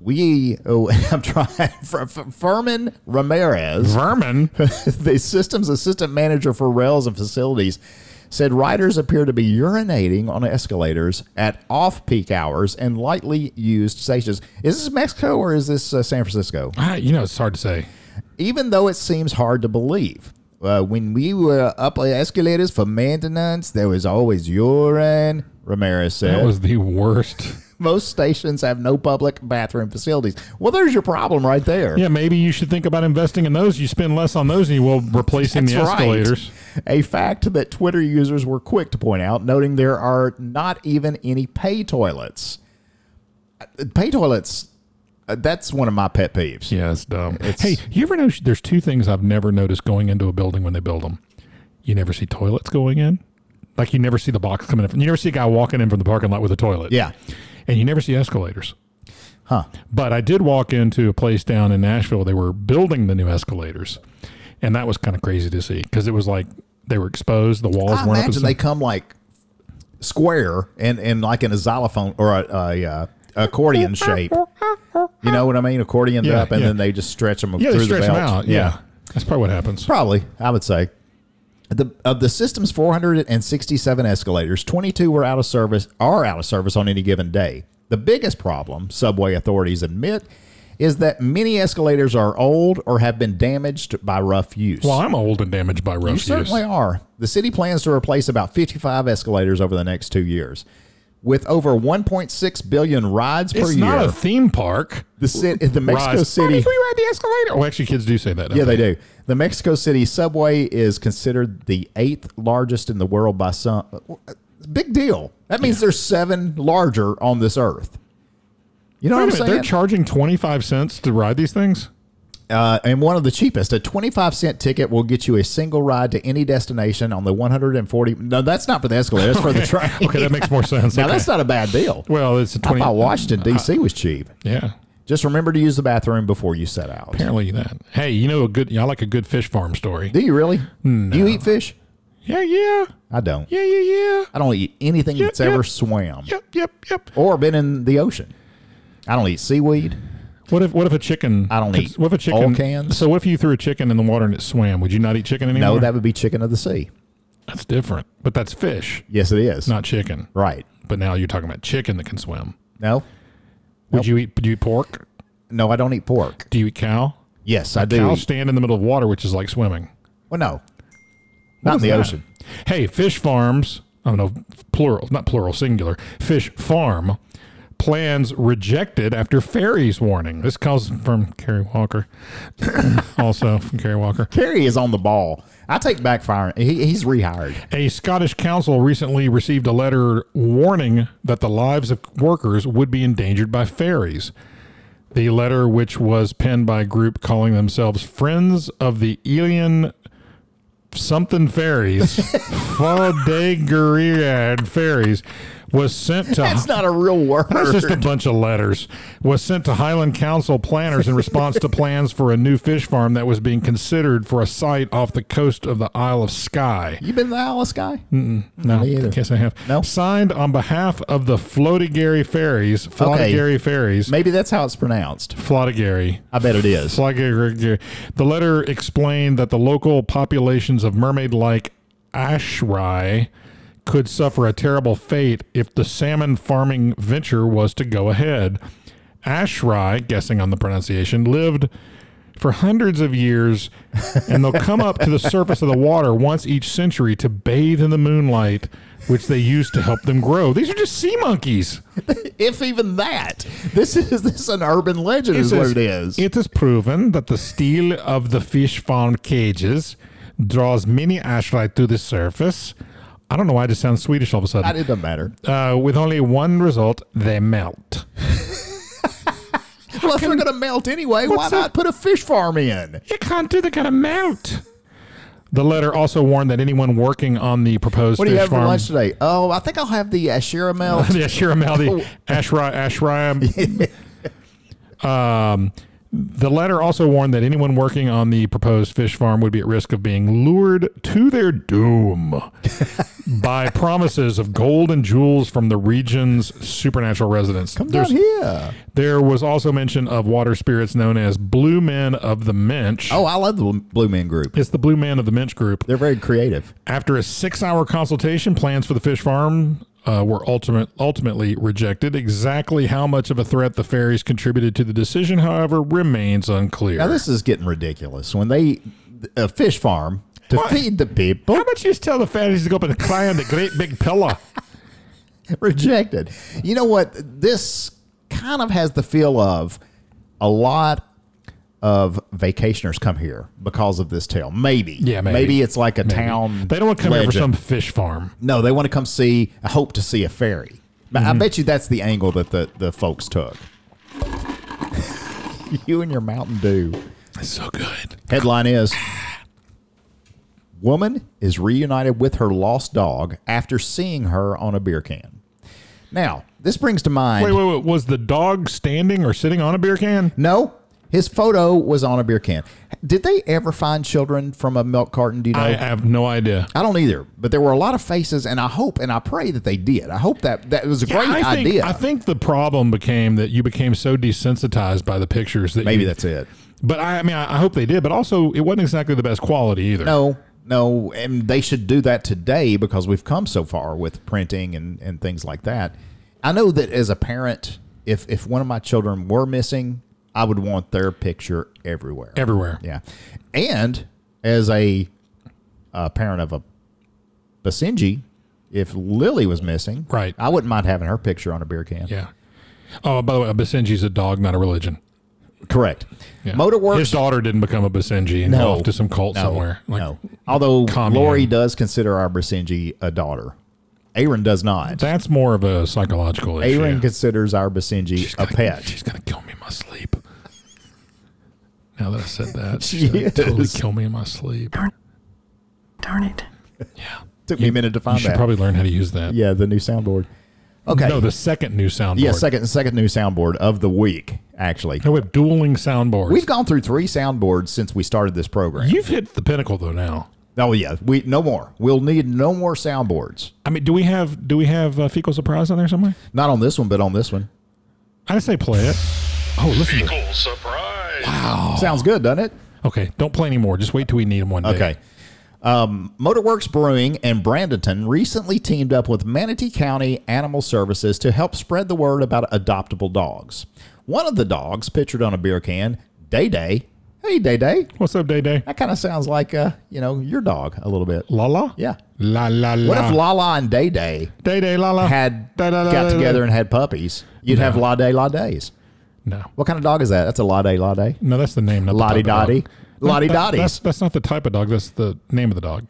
[SPEAKER 2] we, oh, *laughs* I'm trying, Fer- Fer- Furman Ramirez. *laughs*
[SPEAKER 3] Vermin.
[SPEAKER 2] the system's assistant manager for rails and facilities said riders appear to be urinating on escalators at off-peak hours and lightly used stations. Is this Mexico or is this uh, San Francisco?
[SPEAKER 3] Ah, you know, it's hard to say.
[SPEAKER 2] Even though it seems hard to believe. Uh, when we were up escalators for maintenance, there was always urine, Ramirez
[SPEAKER 3] That
[SPEAKER 2] said.
[SPEAKER 3] was the worst.
[SPEAKER 2] Most stations have no public bathroom facilities. Well, there's your problem right there.
[SPEAKER 3] Yeah, maybe you should think about investing in those. You spend less on those than you will replacing the
[SPEAKER 2] That's right.
[SPEAKER 3] escalators.
[SPEAKER 2] A fact that Twitter users were quick to point out, noting there are not even any pay toilets. Uh, Pay toilets, uh, that's one of my pet peeves.
[SPEAKER 3] Yeah, it's dumb. hey, you ever know there's two things I've never noticed going into a building when they build them? You never see toilets going in. Like you never see the box coming in. From, you never see a guy walking in from the parking lot with a toilet.
[SPEAKER 2] Yeah.
[SPEAKER 3] And you never see escalators.
[SPEAKER 2] Huh.
[SPEAKER 3] But I did walk into a place down in Nashville. They were building the new escalators. and that was kind of crazy to see because it was like they were exposed. The walls
[SPEAKER 2] I
[SPEAKER 3] weren't up. and
[SPEAKER 2] imagine they
[SPEAKER 3] stuff.
[SPEAKER 2] come like square and, and like in a xylophone or a, a uh, accordion shape. You know what I mean? Accordioned
[SPEAKER 3] Yeah,
[SPEAKER 2] up, and
[SPEAKER 3] yeah.
[SPEAKER 2] then they just stretch them
[SPEAKER 3] yeah,
[SPEAKER 2] through
[SPEAKER 3] they stretch
[SPEAKER 2] the
[SPEAKER 3] them
[SPEAKER 2] belt.
[SPEAKER 3] out. Yeah. that's probably what happens.
[SPEAKER 2] Probably, I would say. The, of the system's 467 escalators, 22 were out of service, are out of service on any given day. The biggest problem, subway authorities admit, is that many escalators are old or have been damaged by rough use.
[SPEAKER 3] Well, Oh, I'm old and damaged by rough
[SPEAKER 2] You
[SPEAKER 3] use.
[SPEAKER 2] certainly are. The city plans to replace about 55 escalators over the next two years. With over 1.6 billion rides per
[SPEAKER 3] It's
[SPEAKER 2] year,
[SPEAKER 3] not a theme park.
[SPEAKER 2] the, city, the Mexico
[SPEAKER 3] Rise. What
[SPEAKER 2] City
[SPEAKER 3] if we ride the escalator? Oh, actually, kids do say that.
[SPEAKER 2] yeah, they do. The Mexico City subway is considered the eighth largest in the world by some. Big deal. That means there's seven larger on this earth. You know
[SPEAKER 3] Wait a
[SPEAKER 2] what I'm
[SPEAKER 3] minute, they're
[SPEAKER 2] saying?
[SPEAKER 3] charging 25 cents to ride these things?
[SPEAKER 2] uh, and one of the cheapest. A 25 cent ticket will get you a single ride to any destination on the 140. No, that's not for the escalator. That's for the train.
[SPEAKER 3] *laughs* Okay, that makes more
[SPEAKER 2] *laughs*
[SPEAKER 3] sense.
[SPEAKER 2] now
[SPEAKER 3] Okay.
[SPEAKER 2] that's not a bad deal.
[SPEAKER 3] well, uh, it's a
[SPEAKER 2] I
[SPEAKER 3] 20.
[SPEAKER 2] thought Washington D.C. was cheap.
[SPEAKER 3] yeah,
[SPEAKER 2] Just remember to use the bathroom before you set out.
[SPEAKER 3] apparently that. Hey, you know a good? I like a good fish farm story.
[SPEAKER 2] Do you really? Do you eat fish?
[SPEAKER 3] Yeah, yeah,
[SPEAKER 2] I don't.
[SPEAKER 3] yeah, yeah, yeah.
[SPEAKER 2] I don't eat anything that's
[SPEAKER 3] yep.
[SPEAKER 2] ever swam.
[SPEAKER 3] Yep, yep, yep.
[SPEAKER 2] or been in the ocean. I don't eat seaweed.
[SPEAKER 3] What if what if a chicken?
[SPEAKER 2] I don't
[SPEAKER 3] could-
[SPEAKER 2] eat
[SPEAKER 3] What if a chicken?
[SPEAKER 2] all cans.
[SPEAKER 3] So what if you threw a chicken in the water and it swam? Would you not eat chicken anymore?
[SPEAKER 2] No, that would be chicken of the sea.
[SPEAKER 3] that's different. But that's fish,
[SPEAKER 2] Yes, it is.
[SPEAKER 3] not chicken.
[SPEAKER 2] right.
[SPEAKER 3] But now you're talking about chicken that can swim.
[SPEAKER 2] No,
[SPEAKER 3] Would you eat? Do you eat pork?
[SPEAKER 2] no, I don't eat pork.
[SPEAKER 3] Do you eat cow?
[SPEAKER 2] Yes, I do.
[SPEAKER 3] Cows
[SPEAKER 2] eat-
[SPEAKER 3] stand in the middle of water, which is like swimming.
[SPEAKER 2] Well, no, not in
[SPEAKER 3] is
[SPEAKER 2] the
[SPEAKER 3] that?
[SPEAKER 2] ocean.
[SPEAKER 3] Hey, fish farms, oh no, plural, not plural, singular, fish farm plans rejected after ferries warning. This comes from Kerry Walker, *coughs* also from Kerry Walker.
[SPEAKER 2] Kerry is on the ball. I take back firing. He, he's rehired.
[SPEAKER 3] A Scottish council recently received a letter warning that the lives of workers would be endangered by ferries. The letter, which was penned by a group calling themselves Friends of the Alien Something Ferries, Fodegariad Ferries, was sent to
[SPEAKER 2] That's not a real word.
[SPEAKER 3] that's just a bunch of letters. Was sent to Highland Council planners in response to plans for a new fish farm that was being considered for a site off the coast of the Isle of Skye.
[SPEAKER 2] you been to the Alice guy?
[SPEAKER 3] Mm. No,
[SPEAKER 2] Me either.
[SPEAKER 3] yes, I have.
[SPEAKER 2] No?
[SPEAKER 3] signed on behalf of the Flotigary Ferries, Flotigary Ferries,
[SPEAKER 2] Maybe that's how it's pronounced.
[SPEAKER 3] Flotigary.
[SPEAKER 2] I bet it is.
[SPEAKER 3] Flotigary. The letter explained that the local populations of mermaid-like ashrai could suffer a terrible fate if the salmon farming venture was to go ahead. Ashrai, guessing on the pronunciation, lived for hundreds of years, and they'll come up to the surface of the water once each century to bathe in the moonlight, which they use to help them grow. These are just sea monkeys.
[SPEAKER 2] If even that. This is this is an urban legend is what it is.
[SPEAKER 3] It is proven that the steel of the fish farm cages draws many ashlight to the surface. I don't know why I just sound Swedish all of a
[SPEAKER 2] That
[SPEAKER 3] sudden.
[SPEAKER 2] it doesn't matter.
[SPEAKER 3] Uh, with only one result, they melt.
[SPEAKER 2] Well, if they're gonna melt anyway, why
[SPEAKER 3] What's
[SPEAKER 2] not
[SPEAKER 3] up?
[SPEAKER 2] put a fish farm in?
[SPEAKER 3] You can't do the kind of melt. The letter also warned that anyone working on the proposed
[SPEAKER 2] What do
[SPEAKER 3] fish
[SPEAKER 2] you have
[SPEAKER 3] farm.
[SPEAKER 2] for lunch today? Oh, I think I'll have the uh, Shira
[SPEAKER 3] *laughs*
[SPEAKER 2] melt.
[SPEAKER 3] the Ashiramaldi,
[SPEAKER 2] Oh.
[SPEAKER 3] Ashra, Ashram.
[SPEAKER 2] *laughs*
[SPEAKER 3] um, the letter also warned that anyone working on the proposed fish farm would be at risk of being lured to
[SPEAKER 2] *laughs*
[SPEAKER 3] their doom by promises of gold and jewels from the region's supernatural residents. There's-
[SPEAKER 2] Down here.
[SPEAKER 3] there was also mention of water spirits known as Blue Men of the Minch.
[SPEAKER 2] Oh, I love the Blue Man Group.
[SPEAKER 3] It's the Blue Man of the Minch group.
[SPEAKER 2] They're very creative.
[SPEAKER 3] After a six-hour consultation, plans for the fish farm uh, were ultimate, ultimately rejected. Exactly how much of a threat the ferries contributed to the decision, however, remains unclear.
[SPEAKER 2] Now this is getting ridiculous. When they a fish farm to
[SPEAKER 3] What?
[SPEAKER 2] feed the people *laughs*
[SPEAKER 3] how about you just tell the ferries to go up and climb the great big pillar?
[SPEAKER 2] rejected. You know what? This kind of has the feel of a lot of vacationers come here because of this tale. Maybe.
[SPEAKER 3] Yeah, maybe.
[SPEAKER 2] it's like a *laughs* town.
[SPEAKER 3] They don't want to come
[SPEAKER 2] legend.
[SPEAKER 3] here for some fish farm.
[SPEAKER 2] No, they want to come see. I hope to see a fairy. But
[SPEAKER 3] Mm-hmm.
[SPEAKER 2] I bet you that's the angle that the, the folks
[SPEAKER 3] *laughs*
[SPEAKER 2] took. you and your Mountain Dew.
[SPEAKER 3] It's so good.
[SPEAKER 2] Headline is Woman is reunited with her lost dog after seeing her on a beer can. Now, this brings to mind
[SPEAKER 3] Wait, wait, wait. Was the dog standing or sitting on a beer can?
[SPEAKER 2] no, His photo was on a beer can. Did they ever find children from a milk carton? Do you know?
[SPEAKER 3] I have no idea.
[SPEAKER 2] I don't either, but there were a lot of faces, and I hope and I pray that they did. I hope that that was a great
[SPEAKER 3] I think,
[SPEAKER 2] idea.
[SPEAKER 3] I think the problem became that you became so desensitized by the pictures that
[SPEAKER 2] Maybe
[SPEAKER 3] you-
[SPEAKER 2] that's it.
[SPEAKER 3] But I, I mean, I I hope they did. But also, it wasn't exactly the best quality either.
[SPEAKER 2] No, no, and they should do that today because we've come so far with printing and, and things like that. I know that as a parent, if if one of my children were missing, I would want their picture everywhere.
[SPEAKER 3] everywhere.
[SPEAKER 2] Yeah, and as a, a parent of a Basenji, if Lily was missing,
[SPEAKER 3] Right.
[SPEAKER 2] I wouldn't mind having her picture on a beer can.
[SPEAKER 3] Yeah. Oh, by the way, a Basenji's a dog, not a religion.
[SPEAKER 2] Correct.
[SPEAKER 3] Yeah.
[SPEAKER 2] Motorworks.
[SPEAKER 3] His daughter didn't become a Basenji and
[SPEAKER 2] No.
[SPEAKER 3] go off to some cult
[SPEAKER 2] No,
[SPEAKER 3] somewhere. Like,
[SPEAKER 2] no. Although
[SPEAKER 3] commune.
[SPEAKER 2] Lori does consider our Basenji a daughter. Aaron does not.
[SPEAKER 3] That's more of a psychological issue.
[SPEAKER 2] Aaron considers our Basenji a
[SPEAKER 3] gonna-
[SPEAKER 2] pet.
[SPEAKER 3] She's gonna kill me in my sleep. Now that I said
[SPEAKER 2] *laughs*
[SPEAKER 3] that,
[SPEAKER 2] She
[SPEAKER 3] she's gonna totally
[SPEAKER 2] is.
[SPEAKER 3] kill me in my sleep.
[SPEAKER 1] Darn it.
[SPEAKER 3] Yeah,
[SPEAKER 2] Took me a minute to
[SPEAKER 3] you
[SPEAKER 2] find
[SPEAKER 3] should
[SPEAKER 2] that.
[SPEAKER 3] probably learn how to use that.
[SPEAKER 2] yeah, the new soundboard. Okay.
[SPEAKER 3] No, the second new soundboard.
[SPEAKER 2] yeah, second second new soundboard of the week, actually.
[SPEAKER 3] No, we have dueling soundboards.
[SPEAKER 2] We've gone through three soundboards since we started this program.
[SPEAKER 3] You've hit the pinnacle though. Now,
[SPEAKER 2] Oh yeah, we no more. We'll need no more soundboards.
[SPEAKER 3] I mean, do we have do we have uh, fecal surprise on there somewhere?
[SPEAKER 2] Not on this one, but on this one.
[SPEAKER 3] I say play it. Oh, listen. To
[SPEAKER 4] Cool surprise.
[SPEAKER 2] Sounds good, doesn't it?
[SPEAKER 3] Okay, don't play anymore. Just wait till we need them one day.
[SPEAKER 2] Okay. Um, Motorworks Brewing and Brandenton recently teamed up with Manatee County Animal Services to help spread the word about adoptable dogs. One of the dogs pictured on a beer can, Day Day. Hey, Day Day.
[SPEAKER 3] What's up, Day Day?
[SPEAKER 2] That kind of sounds like uh, you know, your dog a little bit.
[SPEAKER 3] La la.
[SPEAKER 2] Yeah.
[SPEAKER 3] La la la.
[SPEAKER 2] What if Lala and Day Day
[SPEAKER 3] Day Day la la
[SPEAKER 2] had
[SPEAKER 3] Da, da, da, da,
[SPEAKER 2] got
[SPEAKER 3] da.
[SPEAKER 2] together and had puppies? You'd have La Day La Days.
[SPEAKER 3] No,
[SPEAKER 2] What kind of dog is that? That's a La Day La Day.
[SPEAKER 3] no, that's the name. not the
[SPEAKER 2] Lottie
[SPEAKER 3] type of dog.
[SPEAKER 2] Dottie.
[SPEAKER 3] No,
[SPEAKER 2] Lottie
[SPEAKER 3] that-
[SPEAKER 2] Dottie.
[SPEAKER 3] That's that's not the type of dog. That's the name of the dog.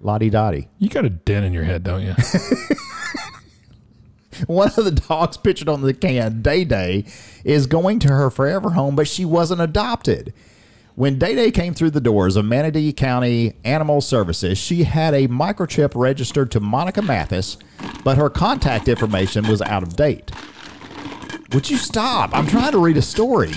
[SPEAKER 2] Lottie Dottie.
[SPEAKER 3] You got a dent in your head, don't
[SPEAKER 2] *laughs*
[SPEAKER 3] you?
[SPEAKER 2] one of the dogs pictured on the can, Day Day, is going to her forever home, but she wasn't adopted. When Day Day came through the doors of Manatee County Animal Services, she had a microchip registered to Monica Mathis, but her contact information was out of date. Would you stop? I'm trying to read a story.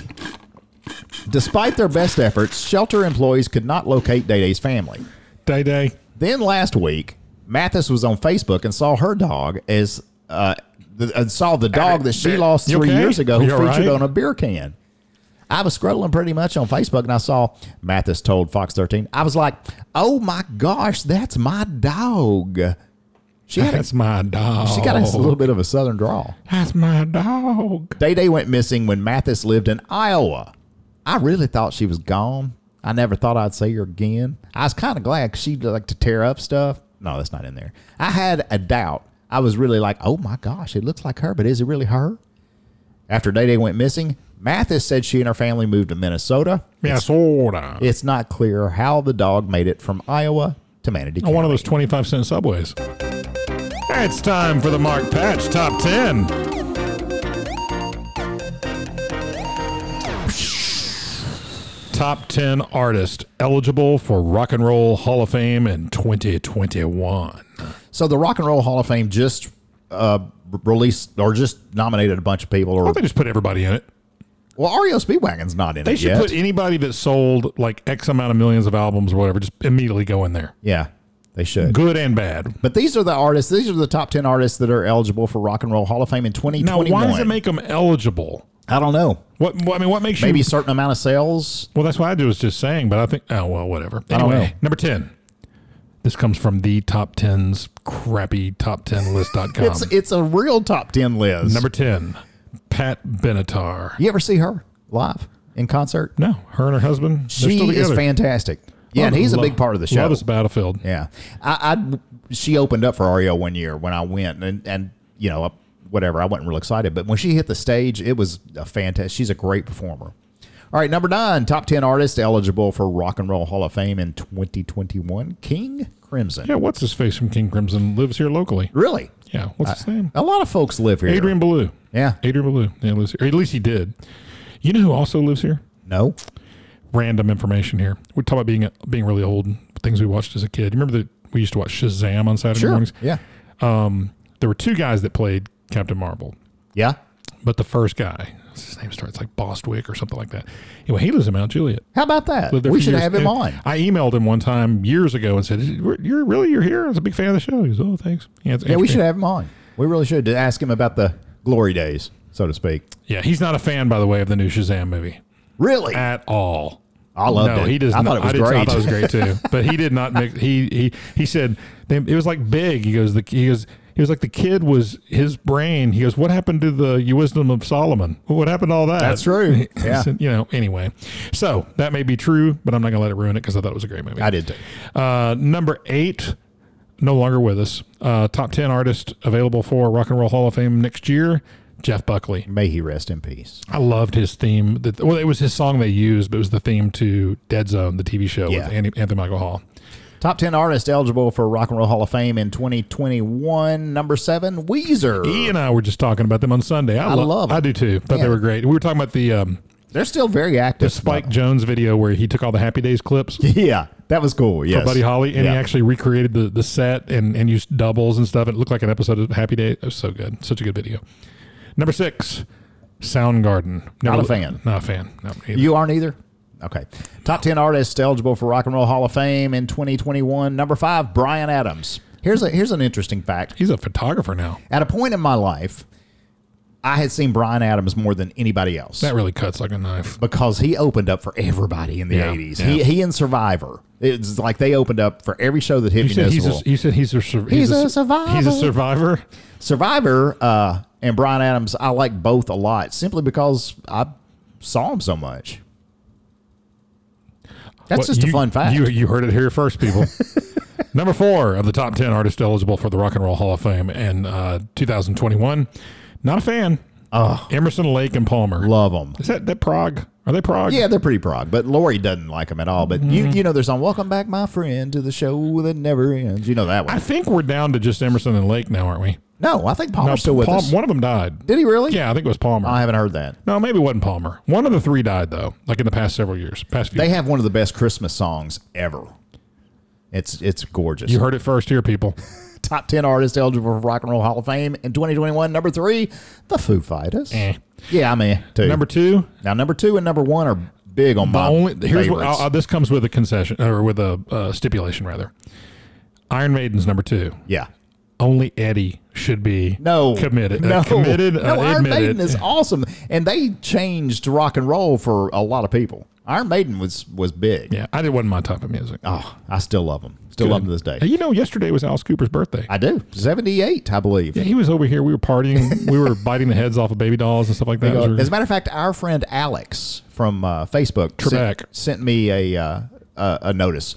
[SPEAKER 2] Despite their best efforts, shelter employees could not locate Day Day's family.
[SPEAKER 3] Day Day.
[SPEAKER 2] Then last week, Mathis was on Facebook and saw her dog as uh, th- and saw the dog that she lost
[SPEAKER 3] You
[SPEAKER 2] three
[SPEAKER 3] okay?
[SPEAKER 2] years ago
[SPEAKER 3] You all
[SPEAKER 2] featured
[SPEAKER 3] right?
[SPEAKER 2] on a beer can. I was scrolling pretty much on Facebook and I saw Mathis told Fox 13. I was like, "Oh my gosh, that's my dog." She had a,
[SPEAKER 3] That's Oh. my dog.
[SPEAKER 2] she got
[SPEAKER 3] *laughs*
[SPEAKER 2] a little bit of a southern drawl.
[SPEAKER 3] That's my dog.
[SPEAKER 2] *laughs* Day Day went missing when Mathis lived in Iowa. I really thought she was gone. I never thought I'd see her again. I was kind of glad 'cause she liked to tear up stuff. No, that's not in there. I had a doubt. I was really like, oh my gosh, it looks like her, but is it really her? After Day Day went missing, Mathis said she and her family moved to Minnesota.
[SPEAKER 3] Minnesota.
[SPEAKER 2] It's not clear how the dog made it from Iowa to Manatee
[SPEAKER 3] On
[SPEAKER 2] County.
[SPEAKER 3] one of those twenty-five cent subways. It's time for the Mark Patch Top Ten. Top 10 artist eligible for Rock and Roll Hall of Fame in 2021.
[SPEAKER 2] so the Rock and Roll Hall of Fame just uh, re- released or just nominated a bunch of people.
[SPEAKER 3] Why
[SPEAKER 2] Or
[SPEAKER 3] don't they just put everybody in it?
[SPEAKER 2] well, REO Speedwagon's not in
[SPEAKER 3] They
[SPEAKER 2] it
[SPEAKER 3] should
[SPEAKER 2] yet.
[SPEAKER 3] put anybody that sold like X amount of millions of albums or whatever, just immediately go in there.
[SPEAKER 2] Yeah, they should.
[SPEAKER 3] Good and bad.
[SPEAKER 2] But these are the artists. These are the top ten artists that are eligible for Rock and Roll Hall of Fame in
[SPEAKER 3] Now,
[SPEAKER 2] 2021.
[SPEAKER 3] why does it make them eligible?
[SPEAKER 2] I don't know.
[SPEAKER 3] What I mean, what makes
[SPEAKER 2] Maybe a
[SPEAKER 3] you?
[SPEAKER 2] certain amount of sales.
[SPEAKER 3] Well, that's what I was just saying, but I think oh well, whatever.
[SPEAKER 2] don't
[SPEAKER 3] Anyway,
[SPEAKER 2] know.
[SPEAKER 3] number ten. This comes from the top tens crappy top ten list.com.
[SPEAKER 2] It's it's a real top ten list.
[SPEAKER 3] Um, number ten, Pat Benatar.
[SPEAKER 2] you ever see her live in concert?
[SPEAKER 3] No, her and her husband. they're
[SPEAKER 2] She
[SPEAKER 3] still
[SPEAKER 2] is
[SPEAKER 3] together.
[SPEAKER 2] fantastic. Yeah,
[SPEAKER 3] Love-
[SPEAKER 2] and he's a
[SPEAKER 3] lo-
[SPEAKER 2] big part of the show.
[SPEAKER 3] Love is a battlefield.
[SPEAKER 2] Yeah, I, I she opened up for REO one year when I went, and and you know whatever I wasn't real excited, but when she hit the stage, it was a fantastic. She's a great performer. All right, number nine, top ten artist eligible for Rock and Roll Hall of Fame in 2021, King Crimson.
[SPEAKER 3] Yeah, what's his face from King Crimson lives here locally.
[SPEAKER 2] Really,
[SPEAKER 3] Yeah, what's his name?
[SPEAKER 2] a lot of folks live here.
[SPEAKER 3] Adrian Ballou.
[SPEAKER 2] Yeah.
[SPEAKER 3] Adrian Ballou. Yeah, lives here. Or at least he did. You know who also lives here?
[SPEAKER 2] No.
[SPEAKER 3] Random information here. We're talking about being being really old and things we watched as a kid. You remember that we used to watch Shazam on Saturday
[SPEAKER 2] Sure.
[SPEAKER 3] mornings?
[SPEAKER 2] Yeah.
[SPEAKER 3] There were two guys that played Captain Marvel.
[SPEAKER 2] Yeah.
[SPEAKER 3] but the first guy, his name starts like Bostwick or something like that. Anyway, he lives in Mount Juliet.
[SPEAKER 2] How about that?
[SPEAKER 3] Lived there
[SPEAKER 2] We
[SPEAKER 3] for
[SPEAKER 2] should
[SPEAKER 3] years.
[SPEAKER 2] have him
[SPEAKER 3] And *laughs*
[SPEAKER 2] on.
[SPEAKER 3] I emailed him one time years ago and said, "You're you're- really you're here? I was a big fan of the show." He goes, "Oh, thanks." Yeah, it's
[SPEAKER 2] Yeah, we
[SPEAKER 3] interesting.
[SPEAKER 2] should have him on. We really should to ask him about the glory days, so to speak.
[SPEAKER 3] Yeah, he's not a fan, by the way, of the new Shazam movie
[SPEAKER 2] Really?
[SPEAKER 3] at all.
[SPEAKER 2] I loved
[SPEAKER 3] no,
[SPEAKER 2] it.
[SPEAKER 3] he does.
[SPEAKER 2] I
[SPEAKER 3] not,
[SPEAKER 2] thought it was
[SPEAKER 3] did- I
[SPEAKER 2] great.
[SPEAKER 3] thought it was great too.
[SPEAKER 2] *laughs*
[SPEAKER 3] But he did not mix. He he he said they, it was like big. He goes. The, he goes. He was like the kid was his brain. He goes. What happened to the wisdom of Solomon? What happened to all that?
[SPEAKER 2] That's
[SPEAKER 3] *laughs*
[SPEAKER 2] true. Yeah.
[SPEAKER 3] you know. Anyway, so that may be true, but I'm not gonna let it ruin it because I thought it was a great movie.
[SPEAKER 2] I did too.
[SPEAKER 3] Uh, number eight, no longer with us. Uh, top ten artist available for Rock and Roll Hall of Fame next year. Jeff Buckley.
[SPEAKER 2] May he rest in peace.
[SPEAKER 3] I loved his theme. That well, it was his song they used, but it was the theme to Dead Zone, the TV show
[SPEAKER 2] Yeah.
[SPEAKER 3] with Andy, Anthony Michael Hall.
[SPEAKER 2] Top 10 artists eligible for Rock and Roll Hall of Fame in 2021. Number seven, Weezer.
[SPEAKER 3] E and I were just talking about them on Sunday. I,
[SPEAKER 2] I
[SPEAKER 3] lo-
[SPEAKER 2] love 'em.
[SPEAKER 3] I do too. Thought
[SPEAKER 2] Yeah.
[SPEAKER 3] they were great. We were talking about the um,
[SPEAKER 2] They're still very active.
[SPEAKER 3] the Spike Jones video where he took all the Happy Days clips
[SPEAKER 2] *laughs*
[SPEAKER 3] for
[SPEAKER 2] Yeah, that was cool. Yes.
[SPEAKER 3] Buddy Holly, and
[SPEAKER 2] Yeah.
[SPEAKER 3] he actually recreated the the set and and used doubles and stuff. It looked like an episode of Happy Days. It was so good. Such a good video. Number six, Soundgarden.
[SPEAKER 2] Not a fan.
[SPEAKER 3] Not a fan. No, me either.
[SPEAKER 2] You aren't either? Okay. Top 10 artists eligible for Rock and Roll Hall of Fame in 2021. Number five, Brian Adams. Here's, a, here's an interesting fact.
[SPEAKER 3] He's a photographer now.
[SPEAKER 2] At a point in my life, I had seen Brian Adams more than anybody else
[SPEAKER 3] That really cuts like a knife.
[SPEAKER 2] because he opened up for everybody in the
[SPEAKER 3] Yeah,
[SPEAKER 2] 80s.
[SPEAKER 3] yeah.
[SPEAKER 2] He, he and Survivor. It's like they opened up for every show that hit
[SPEAKER 3] You
[SPEAKER 2] me
[SPEAKER 3] said he's
[SPEAKER 2] noticeable.
[SPEAKER 3] a, you said he's a sur-
[SPEAKER 2] He's a
[SPEAKER 3] sur-
[SPEAKER 2] survivor.
[SPEAKER 3] He's a survivor.
[SPEAKER 2] Survivor uh, and Brian Adams, I like both a lot simply because I saw him so much. That's
[SPEAKER 3] What-
[SPEAKER 2] just
[SPEAKER 3] you-
[SPEAKER 2] a fun fact.
[SPEAKER 3] You you heard it here
[SPEAKER 2] *laughs*
[SPEAKER 3] first, people. Number four of the top ten artists eligible for the Rock and Roll Hall of Fame in uh, 2021. Not a fan. Emerson Lake and Palmer.
[SPEAKER 2] Love him.
[SPEAKER 3] Is that that Prague? Are they Prague?
[SPEAKER 2] Yeah, they're pretty prog, but Lori doesn't like him at all. But
[SPEAKER 3] Mm-hmm.
[SPEAKER 2] you, you know, their song "Welcome Back, My Friend" to the show that never ends. You know that
[SPEAKER 3] I
[SPEAKER 2] one.
[SPEAKER 3] think we're down to just Emerson and Lake now, aren't we?
[SPEAKER 2] No, I think Palmer's Oh, still with
[SPEAKER 3] Palm-
[SPEAKER 2] us.
[SPEAKER 3] One of them died.
[SPEAKER 2] Did he really?
[SPEAKER 3] Yeah, I think it was Palmer.
[SPEAKER 2] I haven't heard that.
[SPEAKER 3] no, maybe it wasn't Palmer. One of the three died though, like in the past several years. Past few.
[SPEAKER 2] They have one of the best Christmas songs ever. It's it's gorgeous.
[SPEAKER 3] you heard it first
[SPEAKER 2] *laughs*
[SPEAKER 3] here, people.
[SPEAKER 2] Top ten artists eligible for Rock and Roll Hall of Fame in 2021. Number three, the Foo Fighters.
[SPEAKER 3] Eh.
[SPEAKER 2] Yeah, I mean, two.
[SPEAKER 3] Number two,
[SPEAKER 2] Now, number two and number one are big on
[SPEAKER 3] The
[SPEAKER 2] my
[SPEAKER 3] only here's what,
[SPEAKER 2] favorites.
[SPEAKER 3] uh, this comes with a concession or with a uh, stipulation rather. Iron Maiden's number two.
[SPEAKER 2] yeah.
[SPEAKER 3] Only Eddie should be
[SPEAKER 2] No.
[SPEAKER 3] committed.
[SPEAKER 2] No.
[SPEAKER 3] uh, committed.
[SPEAKER 2] No,
[SPEAKER 3] uh,
[SPEAKER 2] Iron
[SPEAKER 3] admitted.
[SPEAKER 2] Maiden is awesome. And they changed rock and roll for a lot of people. Iron Maiden was was big.
[SPEAKER 3] yeah, I did wasn't my type of music.
[SPEAKER 2] Oh, I still love them. Still love them to this
[SPEAKER 3] Hey,
[SPEAKER 2] day.
[SPEAKER 3] you know, yesterday was Alice Cooper's birthday.
[SPEAKER 2] I do. 78, I believe.
[SPEAKER 3] he was over here. We were *laughs* partying. we were biting the heads off of baby dolls and stuff like that. It was really-
[SPEAKER 2] As a matter of fact, our friend Alex from uh, Facebook
[SPEAKER 3] Trebek.
[SPEAKER 2] sent, sent me a, uh, a a notice,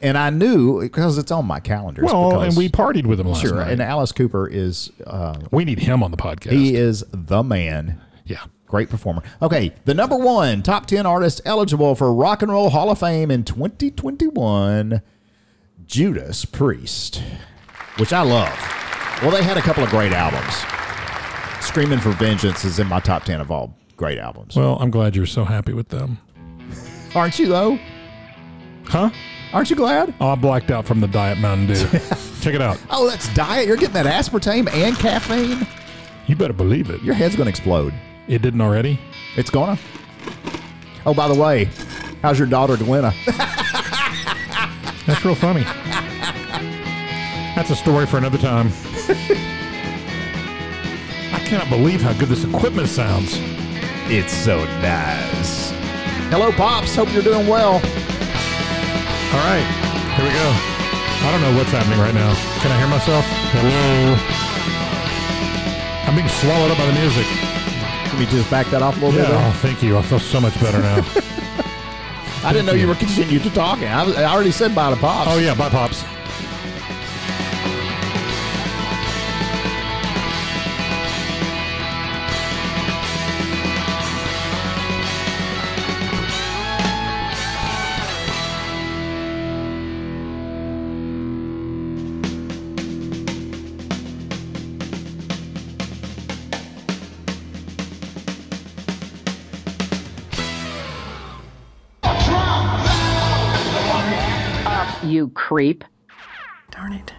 [SPEAKER 2] and I knew because it's on my calendar. It's
[SPEAKER 3] well,
[SPEAKER 2] because-
[SPEAKER 3] and we partied with him last
[SPEAKER 2] sure.
[SPEAKER 3] night.
[SPEAKER 2] And Alice Cooper is uh,
[SPEAKER 3] we need him on the podcast.
[SPEAKER 2] he is the man.
[SPEAKER 3] yeah.
[SPEAKER 2] Great performer. Okay, the number one top ten artist eligible for Rock and Roll Hall of Fame in 2021, Judas Priest, which I love. Well, they had a couple of great albums. Screaming for Vengeance is in my top ten of all great albums.
[SPEAKER 3] Well, I'm glad you're so happy with them.
[SPEAKER 2] Aren't you though?
[SPEAKER 3] Huh?
[SPEAKER 2] Aren't you glad?
[SPEAKER 3] Oh, I blacked out from the Diet Mountain Dew. *laughs* Check it out.
[SPEAKER 2] Oh, that's diet. You're getting that aspartame and caffeine.
[SPEAKER 3] You better believe it.
[SPEAKER 2] Your head's gonna explode.
[SPEAKER 3] It didn't already.
[SPEAKER 2] It's gonna. Oh, by the way, how's your daughter, Glenna? *laughs*
[SPEAKER 3] That's real *laughs* funny. That's a story for another *laughs* time. I cannot believe how good this equipment sounds.
[SPEAKER 2] it's so nice. Hello, pops. Hope you're doing well.
[SPEAKER 3] All right, here we go. I don't know what's happening right now. Can I hear myself? Hello. I'm being swallowed up by the music.
[SPEAKER 2] Can we just back that off a little bit?
[SPEAKER 3] Oh, thank you. I feel so much better now.
[SPEAKER 2] I didn't know you were continuing to talking. I, was- I already said bye to pops.
[SPEAKER 3] oh yeah, bye pops.
[SPEAKER 4] you creep.
[SPEAKER 1] Darn it.